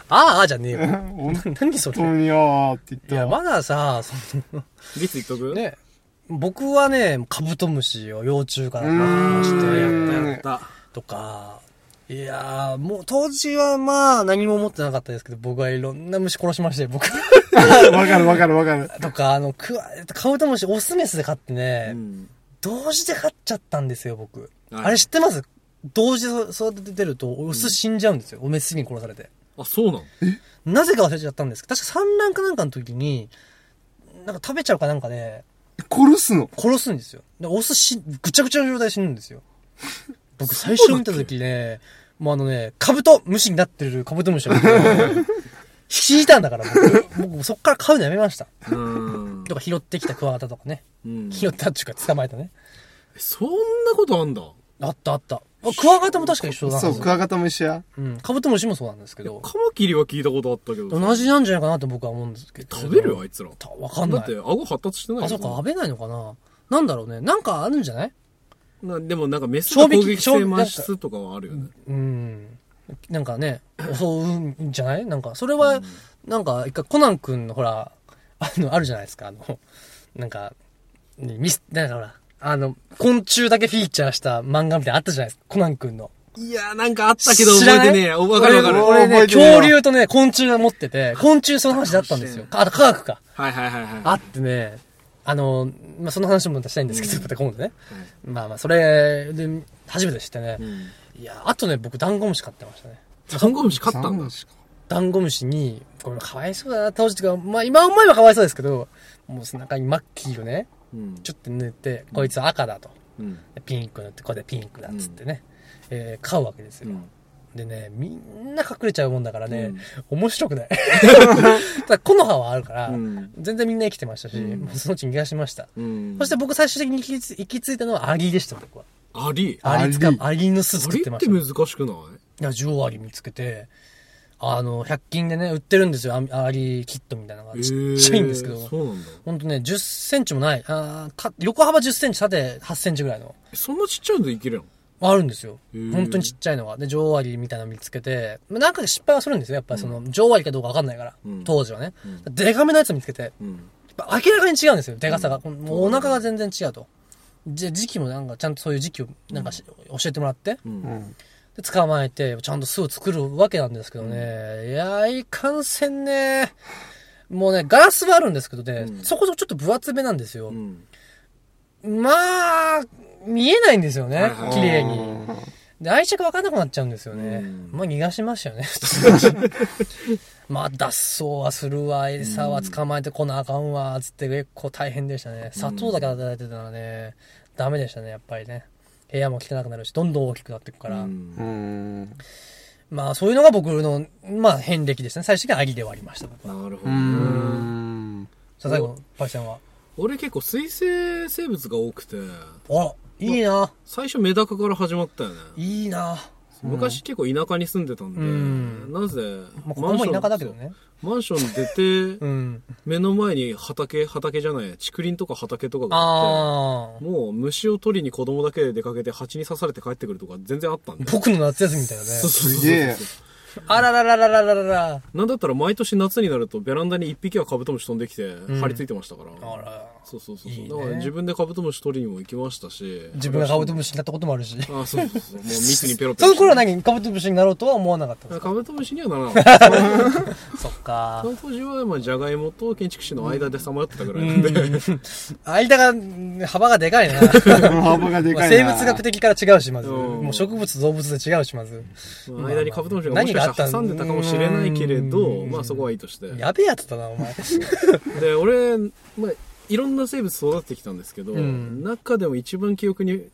ああ、ああじゃねえよ。な
本
何そ
当
れ。
にあーって言っ
い
た
や、
ら、
まださ、そ
リツ言っとく
のね、僕はね、カブトムシを幼虫からまして
うーん
やった
やった。
とか、いやー、もう当時はまあ何も思ってなかったですけど、僕はいろんな虫殺しまして、僕。
わかるわかるわかる。
とか、あの、くわ、カブトムシ、オスメスで飼ってね、
うん
同時で飼っちゃったんですよ、僕。
はい
あれ知ってます同時で育ててると、オス死んじゃうんですよ。おメスに殺されて。
あ、そうなの
なぜか忘れちゃったんですけど、確か産卵かなんかの時に、なんか食べちゃうかなんかで、
殺すの
殺すんですよ。で、オス死ん、ぐちゃぐちゃの状態で死ぬんですよ。 僕最初見た時ね、もうあのね、カブトムシになってるカブトムシを見て、引いたんだから、僕、僕そっから飼うのやめました。
うーん
とか拾ってきたクワガタとかね。
うん。
拾ったっていうか捕まえたね。
そんなことあんだ。
あったあった。あクワガタも確か一緒だな。
そう、クワガタも一緒や。
うん。カブトムシもそうなんですけど、
カマキリは聞いたことあったけど。
同じなんじゃないかなと僕は思うんですけど。
食べるよ、あいつら。
たわかんな
だって、
い。
顎発達してないよ
あ、そっか、食べないのかな。なんだろうね。なんかあるんじゃない
なでもなんかメスの攻撃性満出とかはあるよね。
うん。なんかね、襲うんじゃないなんか、それは、なんか、一回コナン君のほら、あの、あるじゃないですか、あの、なんか、ねミス、なんかほら、あの、昆虫だけフィーチャーした漫画みたいなのあったじゃないですか、コナン君の。
いやーなんかあったけど覚えてねえ。おわかるわかる。
俺俺ね、
覚えてない
恐竜とね、昆虫が持ってて、昆虫その話だったんですよ。あと科学か。
はいはいはいはい。
あってね、あの、まあ、その話もまたしたいんですけど、また今度ね。まあまあ、それで、初めて知ってね。
うん。
いや、あとね、僕、ダンゴムシ飼ってましたね。
ダンゴムシ勝ったんだ。
か。
ダンゴムシに、これかわいそうだな、当時とか、まあ今思えばかわいそうですけど、もう背中にマッキーをね、
うん。
ちょっと塗って、こいつは赤だと。
うん。
ピンク塗って、これでピンクだっつってね、えー、飼うわけですよ。でね、みんな隠れちゃうもんだからね、面白く ない。ただ、木の葉はあるから、
うん
全然みんな生きてましたし、
うん
もうそのうち逃がしました。
うん。
そして僕最終的に行きつ行き着いたのはアリでした、僕は。
アリ。
アリつか
アリ、
アリの巣
ア
作
リ
って
っ
ま
て
した。
難しくない
ラジオアリ見つけて、あの、100均でね、売ってるんですよ。アアリキットみたいなのが。ちっちゃいんですけ
えー
ど。
そうなんだ。
ほんとね、10センチもない。あーた横幅10センチ、縦8センチぐらいの。
そんなちっちゃいのでいけるやん。
あるんですよ
へー。
本当にちっちゃいのが。で、女王アリみたいなの見つけて、まあなんか失敗はするんですよ。やっぱりその、女王アリかどうかわかんないから。
うん
当時はね
ん。
デカめのやつ見つけて、
うん。
やっぱ明らかに違うんですよ、でかさが。もうお腹が全然違うと。で、時期もなんか、ちゃんとそういう時期を、なんかし、教えてもらって、
うん。
で、捕まえて、ちゃんと巣を作るわけなんですけどね。いやー、いかんせんね。もうね、ガラスはあるんですけどね、
うん
そこそこちょっと分厚めなんですよ
う。ん。
まあ、見えないんですよ
はい
ね
はい、
綺麗に。で、愛着わかんなくなっちゃうんですよね。
うん
まあ、逃がしましたよね。まあ、脱走はするわ、餌は捕まえてこなあかんわ、つって結構大変でしたね。砂糖だけ与えてたらね、ダメでしたね、やっぱりね。部屋も汚くなるし、どんどん大きくなっていくから。
うん
うん。
まあ、そういうのが僕の、まあ、変歴ですね。最終的にアリで終わりました、僕は。
なるほ
う
どね。
ん。
さあ、最後、パイセンは。
俺結構水生生物が多くて、
あ、いいな、
最初メダカから始まったよね。
いいな
昔結構田舎に住んでたんで、
うん
なぜ、
まあ、ここも田舎だけどね。
マンション出 て、
うん。
目の前に畑、畑じゃない、竹林とか畑とかがあっ
ああ
て、。もう虫を取りに子供だけで出かけて蜂に刺されて帰ってくるとか全然あったんで。
僕の夏休みみたいなね。
そうそうそう
すげえ
あらららららららら。
なんだったら毎年夏になるとベランダに一匹はカブトムシ飛んできて、張り付いてましたから。
あら。
そうそうそう
い
そう。
いね
だから自分でカブトムシ取りにも行きましたし。
自分がカブトムシになったこともあるし。
あ、そうそうそう。もう密にペロペ
そ
ロ。
の頃は何カブトムシになろうとは思わなかったんで
あ
す
カブトムシにはならなかった。
かそっか
そ。の当時は、まあ、じゃがいもと建築士の間でさまよってたぐら
う
いなんで。
ん。間が、うん幅がでかいな。
幅がで
ま
か
あ
いな。
生物学的から違うし、まず。
うん
もう植物、動物で違うし、まず。
まあ間にカブトムシがもしかしたら挟んでたかもしれないけれど、
うん
まあそこはいいとして。
やべえやつだな、お前。
で、俺、まあ、いろんな生物育ってきたんですけど、
うん
中でも一番記憶に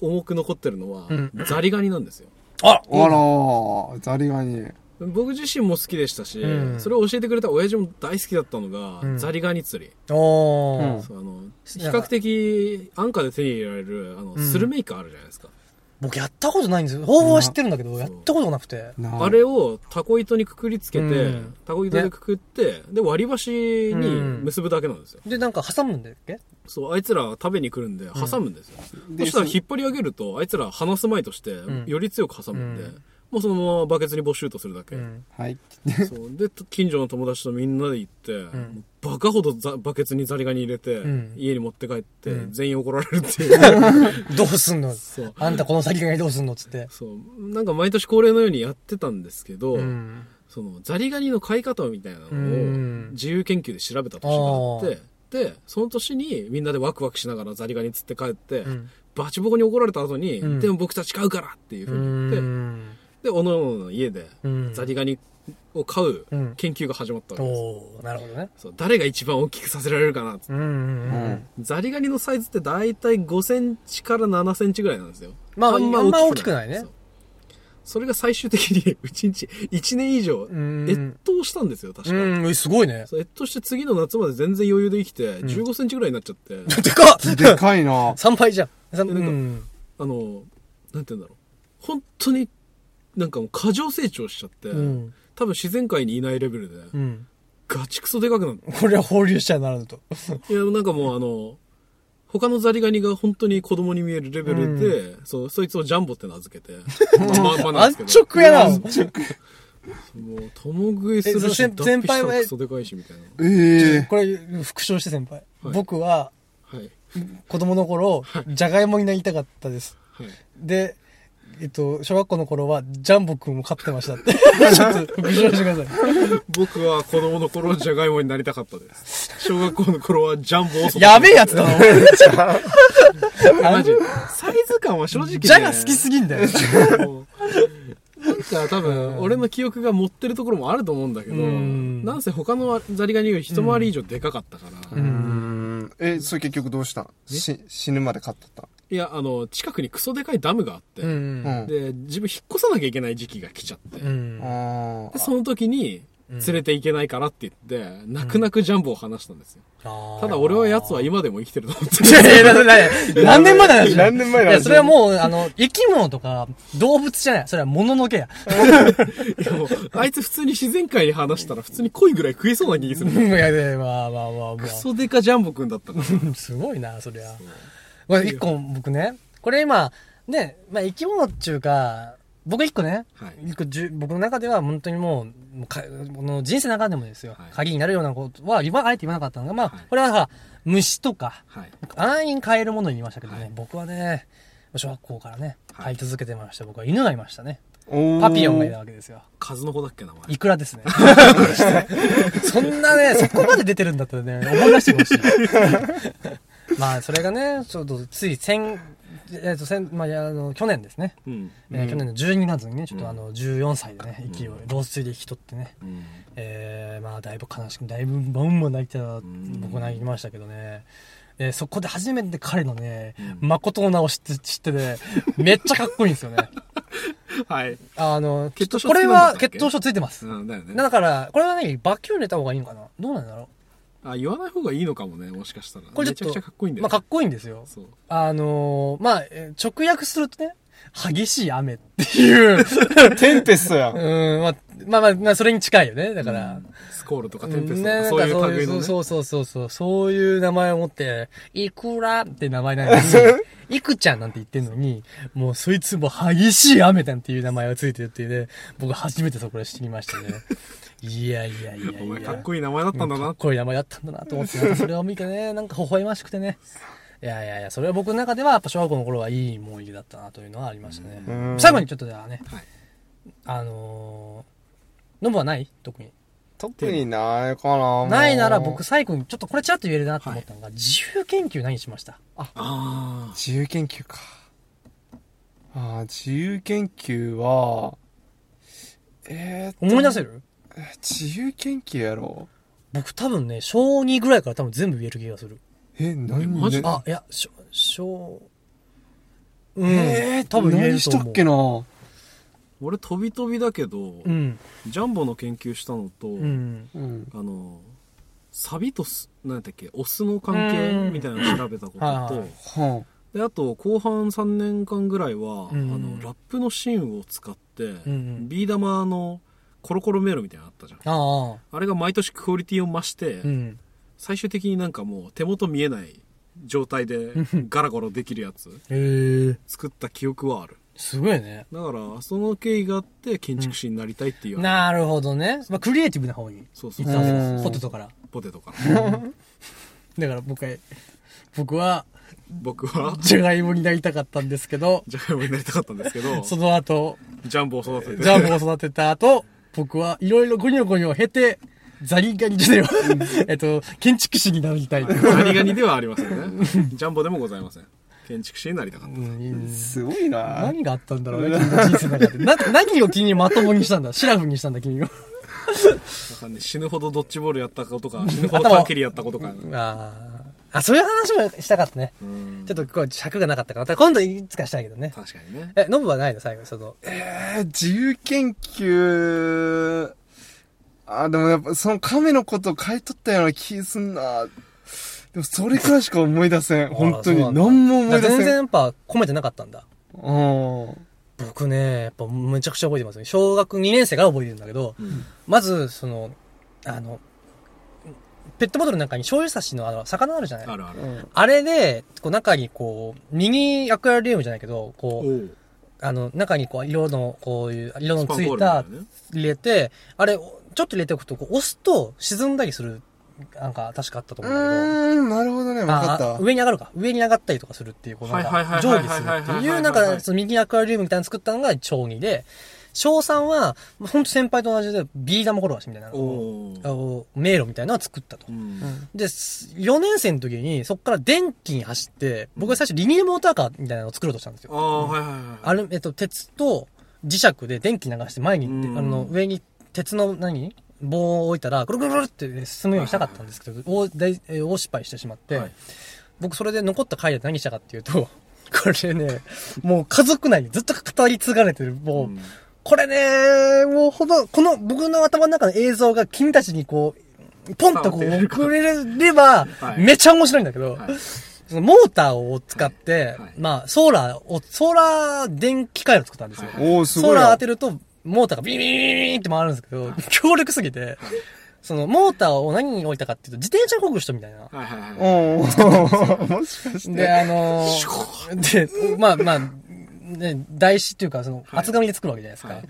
重く残ってるのは
うん、
ザリガニなんですよ。
あ
あらー、ザリガニ。
だ僕自身も好きでしたし、
うん
それを教えてくれた親父も大好きだったのが、
うん
ザリガニ釣り。
おー。
うん
そうあの比較的安価で手に入れられるあの、
ん
スルメイカあるじゃないですか、
僕やったことないんですよ。方法は知ってるんだけど、やったことなくて。
な
あれをタコ糸にくくりつけて、
うん
タコ糸でくくって、で割り箸に結ぶだけなんですよ、
で、なんか挟むんだっけ
そうあいつら食べに来るんで挟むんですよ、
で
そしたら引っ張り上げるとあいつら離すまいとして、
ん
より強く挟むんで、
うん
もうそのままバケツにボシュートするだけ、
うん。
はい。
そうで近所の友達とみんなで行って、
ん
バカほどざバケツにザリガニ入れて、
ん
家に持って帰って、
うん
全員怒られるっ ていう
どうすんの
そう
あんたこの先がどうすんのつって。
そうなんか毎年恒例のようにやってたんですけど、
うん。
そのザリガニの飼い方みたいなのを
うん
自由研究で調べた年があって、でその年にみんなでワクワクしながらザリガニ釣って帰って、
ん
バチボコに怒られた後に、
うん
でも僕たち飼うからっていう
う
ふうに言って、
ん。
でおのおのの家で
うん
ザリガニを飼う
うん
研究が始まったわけです、
おー、なるほどね。
そう誰が一番大きくさせられるかなって
うんうん
う
うん。
ん。
ザリガニのサイズって大体5センチから7センチぐらいなんですよ。
まああんま大きくないね
そうそれが最終的に うちんち1年以上
ん
越冬したんですよ、確か。
うん、えすごいね。
そう越冬して次の夏まで全然余裕で生きて、15センチぐらいになっちゃって、
でかっ
でか いな
!3 倍じゃん。三
なんか
うん
あの、なんて言うんだろう。本当に、なんかもう過剰成長しちゃって、
ん
多分自然界にいないレベルで、
うん。
ガチクソでかくなって。
これは放流しちゃならぬと。
いや、なんかもうあの、他のザリガニが本当に子供に見えるレベルで、そうそいつをジャンボって名付けて、まあまあなんです
安直
けど、
やな。
もう、共食いす
え
るし、
その先
脱皮した
先輩
ら
は
クソでかいし、みたいな。
ええ。
これ、復唱して先輩。
はい
僕は、
はい。
子供の頃、じゃがいもになりたかったです。
はい。
で、えっと、小学校の頃は、ジャンボくんを飼ってましたって。ちょっと、復唱してください。
僕は子供の頃、ジャガイモになりたかったです。小学校の頃はジャンボを育て
やべえやつだな、俺。
マジ。サイズ感は正直ね、
ジャが好きすぎんだよ。
もうなんか多分、俺の記憶が持ってるところもあると思うんだけど、
ん
なんせ他のザリガニより一回り以上でかかったから、
うんえ、それ結局どうしたんし死ぬまで飼っとった
いや、あの、近くにクソでかいダムがあって、
ん
うん。
で、自分引っ越さなきゃいけない時期が来ちゃって、
う
で、
ん。
ああ。
その時に、連れて行けないからって言って、泣く泣くジャンボを話したんですよ。ただ俺は奴は今でも生きてると思って
い
る。
やいや、なな何年前の話
何年前の話
いや、それはもう、あの、生き物とか、動物じゃない。それは物のけや。
いやもうあいつ普通に自然界に話したら普通に恋ぐらい食えそうな気がす
う
る。
ん、い やいや、まあまあまあま
ク
あ。
ソデカジャンボくんだったから。
うんすごいな、そりゃ。これ一個僕ね、これ今、ね、まあ生き物っていうか、僕一個ね、
はい
一個じゅ僕の中では本当にもう、もうかこの人生の中でもですよ、
はい
鍵になるようなことは言わ、あえて言わなかったのが、まあ、
はい
これはさ、虫とか、
はい。
安易に飼えるものに言いましたけどね、
はい
僕はね、小学校からね、
はい
飼い続けてました。僕は犬がいましたね。
おー
パピヨンがいたわけですよ。
数の子だっけ名前。
いくら ですね。そんなね、そこまで出てるんだったらね、思い出してほしい。まあ、それがね、ちょっとつい先、えっと、先、まあいや、あの、去年ですね。
うん。
えー去年の12月にね、ちょっ
う
と
ん
あの、14歳でね、息を、老衰で引き取ってね、
うん。
えーまあ、だいぶ悲しく、だいぶ、バンバン泣いてた、
ん
僕は泣きましたけどね。えーそこで初めて彼のね
ん、
誠の名を知って、知ってね、めっちゃかっこいいん ですよね。
はい。
あの、
血糖症
これは
つけなかったっけ
血糖症ついてます。
うん、だよね。
だから、これはね、バキューン入れた方がいいのかなどうなんだろ
あ、言わない方がいいのかもね、もしかしたら。
これちょっと
めちゃくちゃかっこいいん
う
だよ、
まあ、かっこいいんですよ。
そう。
あのーまあ、えー直訳するとね、激しい雨って いう、
テンペストや。
うんん、まあ、まあまあ、まあ、それに近いよね、だから。
スコールとか
うん
テンペスト
ね
と
な
か、
ん
そういう類
そ
の
う
ね。
そうそうそうそう、そういう名前を持って、いくらって名前なの に、いくちゃんなんて言ってんのに、もうそいつも激しい雨なんていう名前がついてるっていうね、僕初めてそこで知りましたね。いやいやいやいや。
お前かっこいい名前だったんだ
か
な
っ。こいい名前だったんだなと思って、なん かそれを見てね、なんか微笑ましくてね。いやいやいや、それは僕の中では、やっぱ小学校の頃はいい思い出だったなというのはありましたね。
うん
最後にちょっとじゃあね、
はい
あのー、ノブはない特に。
特にないかな
ないなら僕
さ。
最後に、ちょっとこれちらっと言えるなと思ったのが、自由研究何しました
あ
自由研究か。ああ、自由研究は、えーっと
思い出せる
自由研究やろ
僕多分ね、小2ぐらいから多分全部言える気がする。
え、何
えマジ
あ、いや、小、小、うん、
えー、
多分言え
何
る
し
と思
た
う。
っけな
俺飛び飛びだけど、
うん。
ジャンボの研究したのと、
うん。
うん。
あのサビとすなんだっけオスの関係みたいなのを調べたことと、
はいはは
であと後半3年間ぐらいは、
うん
あのラップのシーンを使って、
ん
ビー玉のコロコロメールみたいなのあったじゃん
あ。ああ。
あれが毎年クオリティを増して、
うん。
最終的になんかもう手元見えない状態でガラゴロできるやつ
へえ。
作った記憶はある
すごいね。
だからその経緯があって建築士になりたいっていう、
なるほどね。まあ、クリエイティブな方に
そうそ
行
う
ったわけで
う
す。
ん
ポテトから。
ポテトから
だから僕は、僕は、
僕は
ジャガイモになりたかったんですけど、
ジャガイモになりたかったんですけど
その後、
ジャンボを育てて
ジャンボを育てた後、僕はいろいろゴニョゴニョを経て、ザリガニじゃねえわえっと、建築士になりたい。
ザリガニではありませんねジャンボでもございません建築士になりたかった
すごいな
何があったんだろうね、君の人生の中で。な、何を君にまともにしたんだシラフにしたんだ、君
な
を。
んかね死ぬほどドッジボールやったことか死ぬほど短距離やったことか
ああ。あ、そういう話もしたかったね。
うん
ちょっと今日尺がなかったから、また今度いつかしたいけどね。
確かにね
え、ノブはないの最後、その。
えー自由研究、あ、でもやっぱその亀のこと買い取ったような気すんな。でもそれくらいしか思い出せん。本当に。
あら
何
そうなん
も思
だ
い出せん。
全然やっぱ込めてなかったんだ。
うん。
僕ね、やっぱめちゃくちゃ覚えてますね。小学2年生から覚えてるんだけど、
ん
まず、その、あの、ペットボトルの中に醤油差しのあの、魚あるじゃない
あるある
うん
あれで、こう中にこう、ミニアクアリウムじゃないけど、
お
こう、
う
あの、中にこう、色の、こういう、色の
スパン
つい
ボールみた
た
いなね
入れて、あれ、ちょっと入れておくと、こう押すと沈んだりする、なんか確かあったと
う
思うんだけど。
ーん、なるほどね。 わかった
あ。上に上がるか。上に上がったりとかするっていう、こうなん
はい
か、
はい
上
はいはい
下するって
はいはい
い
は
う、
い
なんか、そのミニアクアリウムみたいなの作ったのが超2で、小3は、ほんと先輩と同じで、ビー玉フォロワーしみたいな、
おう
あの迷路みたいなのを作ったと
う。ん
で、4年生の時に、そこから電気に走って、僕が最初リニアモーターカーみたいなのを作ろうとしたんです
あ
よ。
あはいはいはい
あれ、えっと、鉄と磁石で電気流して前に行って、
うん
あの、上に鉄の何棒を置いたら、ぐるぐるぐるって進むようにしたかったんですけど、大大えー大失敗してしまって、
はい
僕それで残った回で何したかっていうと、 これね、もう家族内にずっと語り継がれてる、もう、
うん
これね、もうほど、この僕の頭の中の映像が君たちにこう、ポンとこ
伝わって
う
る
送れれば、
はい
めちゃ面白いんだけど、
はい
そのモーターを使って、
いはい
まあ、ソーラーを、ソーラー電気回路作ったんですよ。
はい
おー、す
ソ
ご
ー
い
ラー
な
当。てると、モーターがビリビリビリビリって回るんですけど、強力すぎて、そのモーターを何に置いたかっていうと、自転車こぐ人みたいな。
はいはいは
う
い
ん。もしかして。
で、あの ー、で、まあまあ、ね、台紙っていうか、その、
はい
厚紙で作るわけじゃないですか。
はい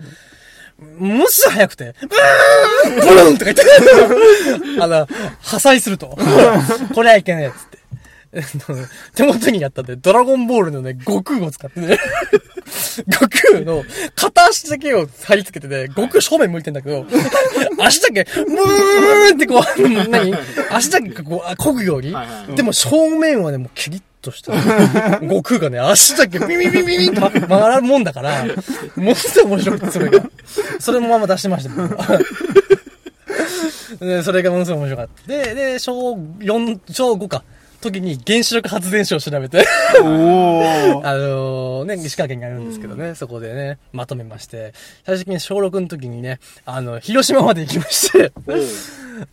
もし早く て、ブーンブルーンとか言って、あの、破砕する と。これはいけねえっつって。 手元にやったんで、ドラゴンボールのね、悟空を使ってね、悟空の片足だけを貼り付けてね、悟空正面向いてんだけど、足だけ、ブーンってこう、何足だけこう、こぐように
はいはいは、い
でも正面はね、もうキリッとした、悟空がね、足だけビビビビビンと回るもんだから、もっと面白くて、それが。それもまま出してました僕で、それがものすごい面白かった。で、で、小4、小5か。時に原子力発電所を調べて、
おー。
あのね、石川県にあるんですけどね、そこでね、まとめまして、最終的に小6の時にね、あの、広島まで行きまして、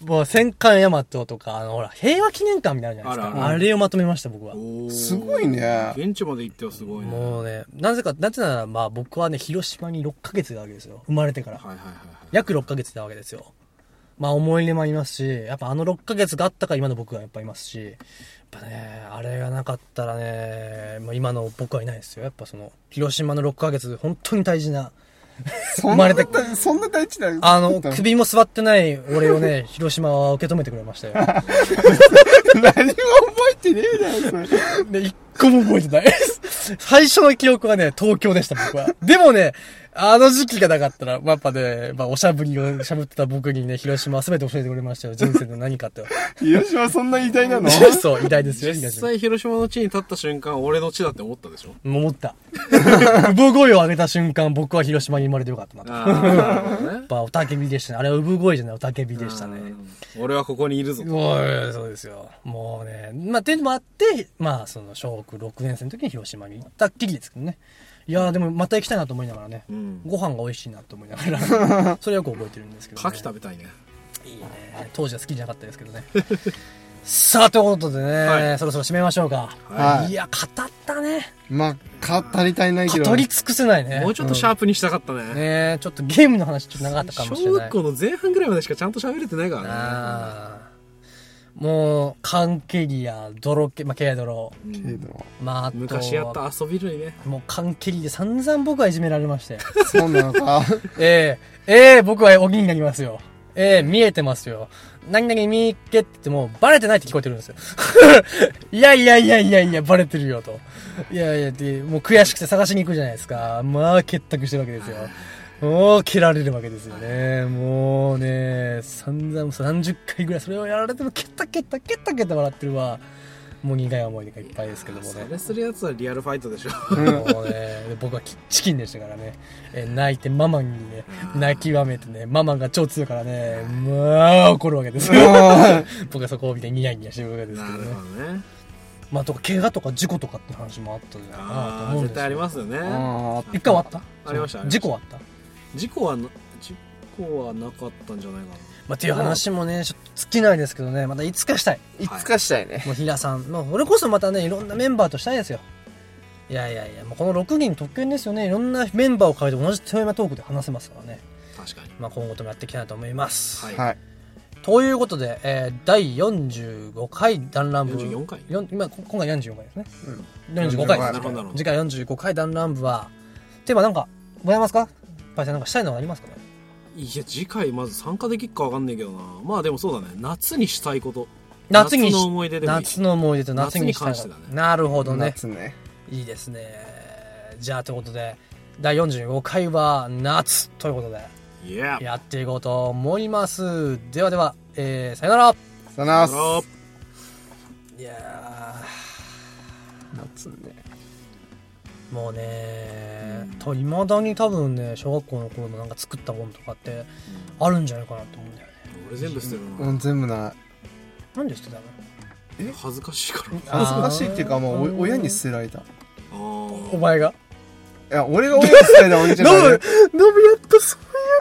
もう戦艦大和とか、あの、ほら、平和記念館みたいなのあるじゃないですか。あ
あらあら
れをまとめました、僕は。
おー
すごいね
現地まで行ってはすごいねはい
もうね、なぜか、なぜなら、まあ僕はね、広島に6ヶ月いたわけですよ。生まれてから。
はいはいはい
約6ヶ月なわけですよ。まあ思い入れもありますし、やっぱあの6ヶ月があったから今の僕がやっぱいますし、やっぱね、あれがなかったらね、もう今の僕はいないですよ。やっぱその、広島の6ヶ月、本当に大事な、
そん
まれ
な
て
大、そんな大事な
あの、
何
首も座ってない俺をね、 広島は受け止めてくれましたよ。
も覚えてねえだろ、それ。
で、一個も覚えてない です。最初の記憶はね、東京でした、僕は。でもね、あの時期がなかったら、まあやっぱね、まあ、おしゃぶりをしゃぶってた僕にね、広島は全て教えてくれましたよ。人生の何か って。
広島そんな偉大な の
そう、偉大ですよ、
実
東島
際広島の地に立った瞬間俺の地だって思ったでしょ
思った。 産声を上げた瞬間、僕は広島に生まれてよかったなと。やっ
ああなるほどね
ぱ、おたけびでしたね。あれは産声じゃない、おたけび でしたね。
うん俺はここにいるぞと
おい、そうですよ。もうね、まあ、っていうのもあって、まあ、その、小学6年生の時に広島に行ったっきりですけどね。いやーでもまた行きたいなと思いながらね、
うん。
ご飯が美味しいなと思いなが らそれよく覚えてるんですけど、ね、
牡蠣食べたいね。
いいね当時は好きじゃなかったですけどねさあということでね、
はい
そろそろ締めましょうか、、
はいい
や語ったね
まあ、語り足りないけど。
語り尽くせないね
もうちょっとシャープにしたかった
うん
ね。
ねちょっとゲームの話ちょっと長かったかもしれ
小
ない
学校の前半ぐらいまでしかちゃんと喋れてないからね。
あーもうカンケリア泥系まあ軽泥
けど
まああと
昔やった遊び類ね。
もう関係で散々僕はいじめられまして。
そうなのか。
ええええ僕は鬼になりますよ。ええ見えてますよ。何々見っけって言っても、バレてないって聞こえてるんですよ。 いやいやいやいやいや、バレてるよと。いやいや、で、もう悔しくて探しに行くじゃないですか。まあ、結託してるわけですよ。もう、蹴られるわけですよね。もうね、散々、30回ぐらいそれをやられても、蹴った蹴った蹴った蹴った笑ってるわ。もう苦い思い出がいっぱいですけども
そ
ね。
れするやつはリアルファイトでしょ。
もうね、で僕はキチキンでしたからね、えー泣いてママにね、泣きわめてね、ママが超強いからね、まあ怒るわけですよ。 僕はそこを見てニヤニヤしてるわけです
な
けど
る
ね。
ほどね。
まあ、とか怪我とか事故とかって話もあったんじゃないかなと
ああ
思、うんで
絶
す。
対ありますすよね。
あ
一回はあった
ありました
その事故はあった
事故はな、事故はなかったんじゃないかな。
まあ、っていう話もね、ちょっと尽きないですけどね、またいつか したい。
ーいつかしたいね。
もう平さん、まあ、俺こそまたね、いろんなメンバーとしたいですよ。いやいやいや、もうこの6人特権ですよね。いろんなメンバーを変えて同じテーマトークで話せますからね。
確かに。
まあ、今後ともやっていきたいなと思います。
はい。
はい。
ということで、えー第45回弾丸部
44回
よん今こ今回44回ですね、45回
な
るほどなるほど
次回45回弾丸部はテーマなんかございますかパイセンなんかしたいのはありますかね
いや、次回まず参加できるかわかんないけどな。まあでもそうだね。夏にしたいこと。
夏にし
の思い出でもいい。
夏の思い出と夏にしたい
夏に関してだね
なるほどね
夏ね。
いいですねじゃあということで第45回は夏ということで
いや。
やっていこうと思いますではでは、えーさよなら
さよなら。
いやー
夏ね。
もうねといまだに多分ね小学校の頃のなんか作った本とかってあるんじゃないかなと思うんだよね
俺全部捨てる
う
な。
ん、全部ない。
なんで捨てたの
恥ずかしいから。
あー
恥ずかしいっていうか、もうお親に捨てられた。い
あー
お前が
や、俺が親に捨てられた俺じゃない。
ノブやっとそういう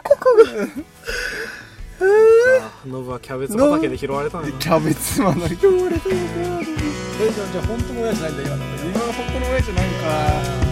ことが
あー。ノブはキャベツ畑で拾われたんだな。
キャベツマンの今日俺と言うて
えじゃあじゃあ本当の親じゃないんだ今の
今の本当の親じゃないんか。